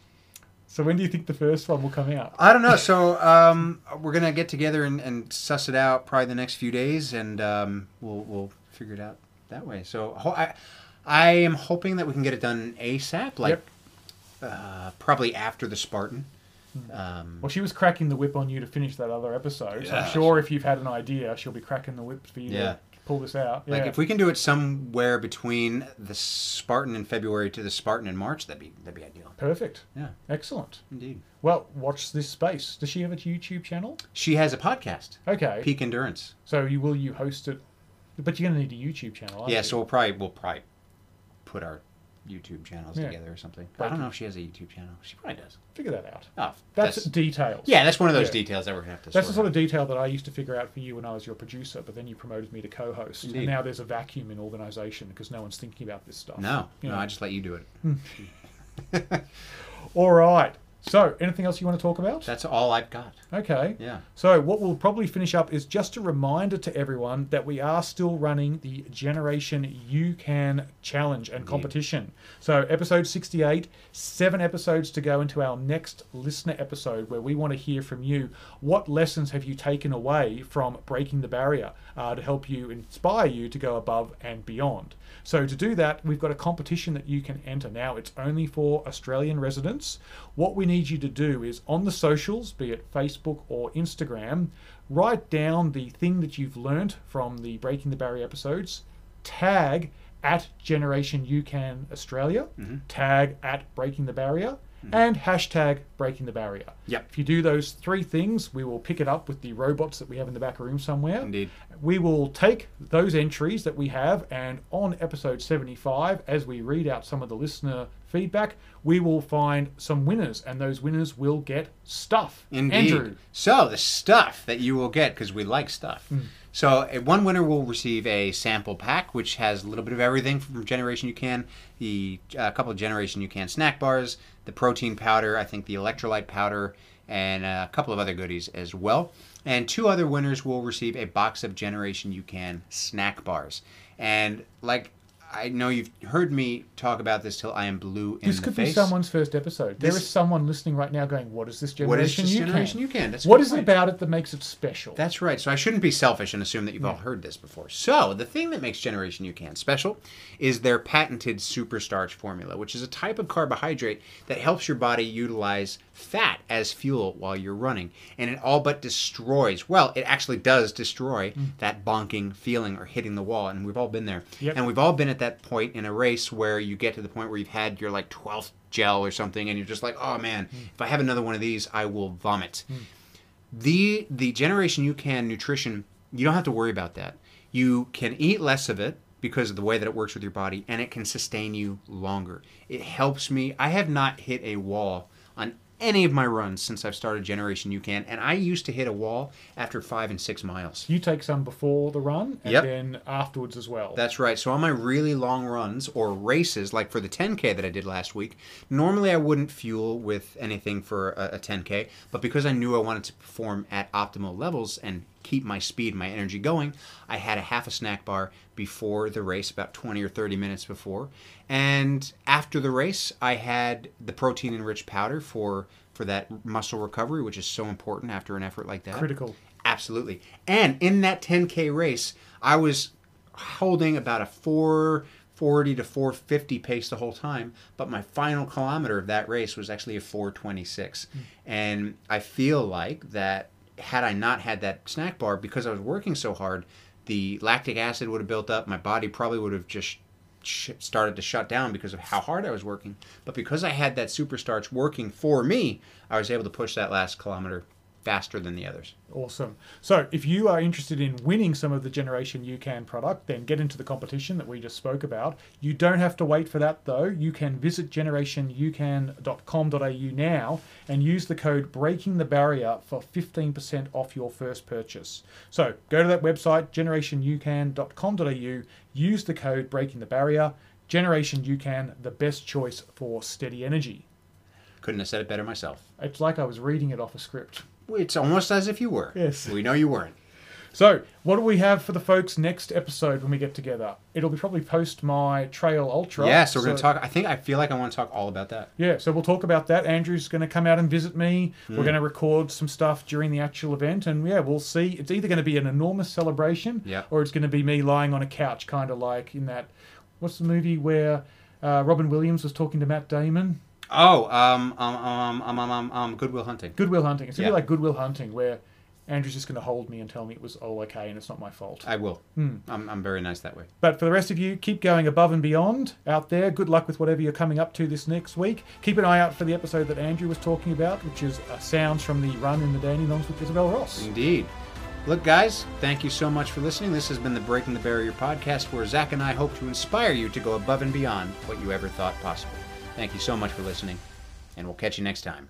So when do you think the first one will come out?
I don't know. So um, we're gonna get together and, and suss it out probably the next few days, and um, we'll we'll figure it out that way. So ho- I I am hoping that we can get it done ASAP, like
Yep.
uh, probably after the Spartan. Um,
Well, she was cracking the whip on you to finish that other episode. So
Yeah.
I'm sure if you've had an idea, she'll be cracking the whip for you
Yeah.
to pull this out.
like
yeah.
if we can do it somewhere between the Spartan in February to the Spartan in March, that'd be that'd be ideal.
Perfect.
Yeah,
Excellent.
indeed.
Well, watch this space. Does she have a YouTube channel?
She has a podcast,
Okay.
Peak Endurance.
So you will you host it, but you're going to need a YouTube channel. Aren't
Yeah,
Oh, you?
so we'll probably we'll probably put our YouTube channels
Yeah.
together or something. I
Like-
don't know if she has a YouTube channel. She probably does.
figure that out.
Oh,
That's, details.
yeah, that's one of those
yeah.
details that we're gonna have to.
That's the
sort
sort
out.
of detail that I used to figure out for you when I was your producer, but then you promoted me to co-host,
Indeed.
and now there's a vacuum in organisation because no one's thinking about this stuff.
No,
You
no,
know.
I just let you do it.
Hmm. All right. So, anything else you want to talk about?
That's all I've got.
Okay.
Yeah.
So, what we'll probably finish up is just a reminder to everyone that we are still running the Generation You Can challenge and competition. So, episode 68, seven episodes to go into our next listener episode where we want to hear from you. What lessons have you taken away from breaking the barrier uh, to help you inspire you to go above and beyond? So, to do that, we've got a competition that you can enter now. It's only for Australian residents. What we need you to do is on the socials, be it Facebook or Instagram, write down the thing that you've learnt from the Breaking the Barrier episodes, tag at Generation You Can Australia, tag at Breaking the Barrier, and hashtag Breaking the Barrier.
Yep.
If you do those three things, we will pick it up with the robots that we have in the back room somewhere.
Indeed.
We will take those entries that we have, and on episode 75, as we read out some of the listener feedback, we will find some winners, and those winners will get stuff.
Indeed.
Andrew.
So the stuff that you will get because we like stuff.
Hmm.
So uh, one winner will receive a sample pack, which has a little bit of everything from Generation You Can, the uh, couple of Generation You Can snack bars, the protein powder, I think the electrolyte powder, and a couple of other goodies as well. And two other winners will receive a box of Generation You Can snack bars. And like I know you've heard me talk about this till I am blue in
This
the
could
face.
be someone's first episode. There
This-
is someone listening right now going, What is this generation?
What is this
you
Generation
can?
You Can? That's a
what
good
is
point.
it about it that makes it special?
That's right. So I shouldn't be selfish and assume that you've all heard this before. So the thing that makes Generation You Can special is their patented superstarch formula, which is a type of carbohydrate that helps your body utilize fat as fuel while you're running, and it all but destroys. Well, it actually does destroy
Mm.
that bonking feeling or hitting the wall, and we've all been there.
Yep.
And we've all been at that point in a race where you get to the point where you've had your like 12th gel or something, and you're just like, oh man,
Mm.
if I have another one of these, I will vomit the the generation you can nutrition you don't have to worry about that you can eat less of it because of the way that it works with your body and it can sustain you longer it helps me i have not hit a wall on any of my runs since i've started generation you can and i used to hit a wall after five and six miles
You take some before the run and
Yep.
then afterwards as well.
that's right. So on my really long runs or races, like for the 10K that I did last week, normally I wouldn't fuel with anything for a, a 10K, but because I knew I wanted to perform at optimal levels and keep my speed, my energy going, I had a half a snack bar before the race, about 20 or 30 minutes before. And after the race, I had the protein enriched powder for for that muscle recovery, which is so important after an effort like that.
Critical.
Absolutely. And in that 10K race, I was holding about a 440 to 450 pace the whole time, but my final kilometer of that race was actually a 426. And I feel like that had I not had that snack bar, because I was working so hard, the lactic acid would have built up. My body probably would have just sh- started to shut down because of how hard I was working. But because I had that super starch working for me, I was able to push that last kilometer faster than the others.
Awesome. So, if you are interested in winning some of the Generation You Can product, then get into the competition that we just spoke about. You don't have to wait for that though. You can visit generationyoucan.com.au now and use the code Breaking the Barrier for 15% off your first purchase. So, go to that website, generationyoucan.com.au, use the code Breaking the Barrier. Generation You Can, the best choice for steady energy.
Couldn't have said it better myself.
It's like I was reading it off a script.
It's almost as if you were.
Yes.
We know you weren't.
So, what do we have for the folks next episode when we get together? It'll be probably post my Trail Ultra.
Yeah, so we're going to talk. I think I feel like I want to talk all about that.
Yeah, so we'll talk about that. Andrew's going to come out and visit me.
Hmm.
We're going to record some stuff during the actual event, and yeah, we'll see. It's either going to be an enormous celebration,
Yeah.
or it's going to be me lying on a couch, kind of like in that. What's the movie where uh, Robin Williams was talking to Matt Damon?
Oh, um, um, um, um, um, um, um Goodwill Hunting.
Goodwill Hunting. It's going to
Yeah.
be like Goodwill Hunting, where Andrew's just going to hold me and tell me it was all okay and it's not my fault.
I will. I'm, I'm very nice that way.
But for the rest of you, keep going above and beyond out there. Good luck with whatever you're coming up to this next week. Keep an eye out for the episode that Andrew was talking about, which is uh, sounds from the run in the Danny Longs with Isabel Ross.
Indeed. Look, guys, thank you so much for listening. This has been the Breaking the Barrier podcast, where Zach and I hope to inspire you to go above and beyond what you ever thought possible. Thank you so much for listening, and we'll catch you next time.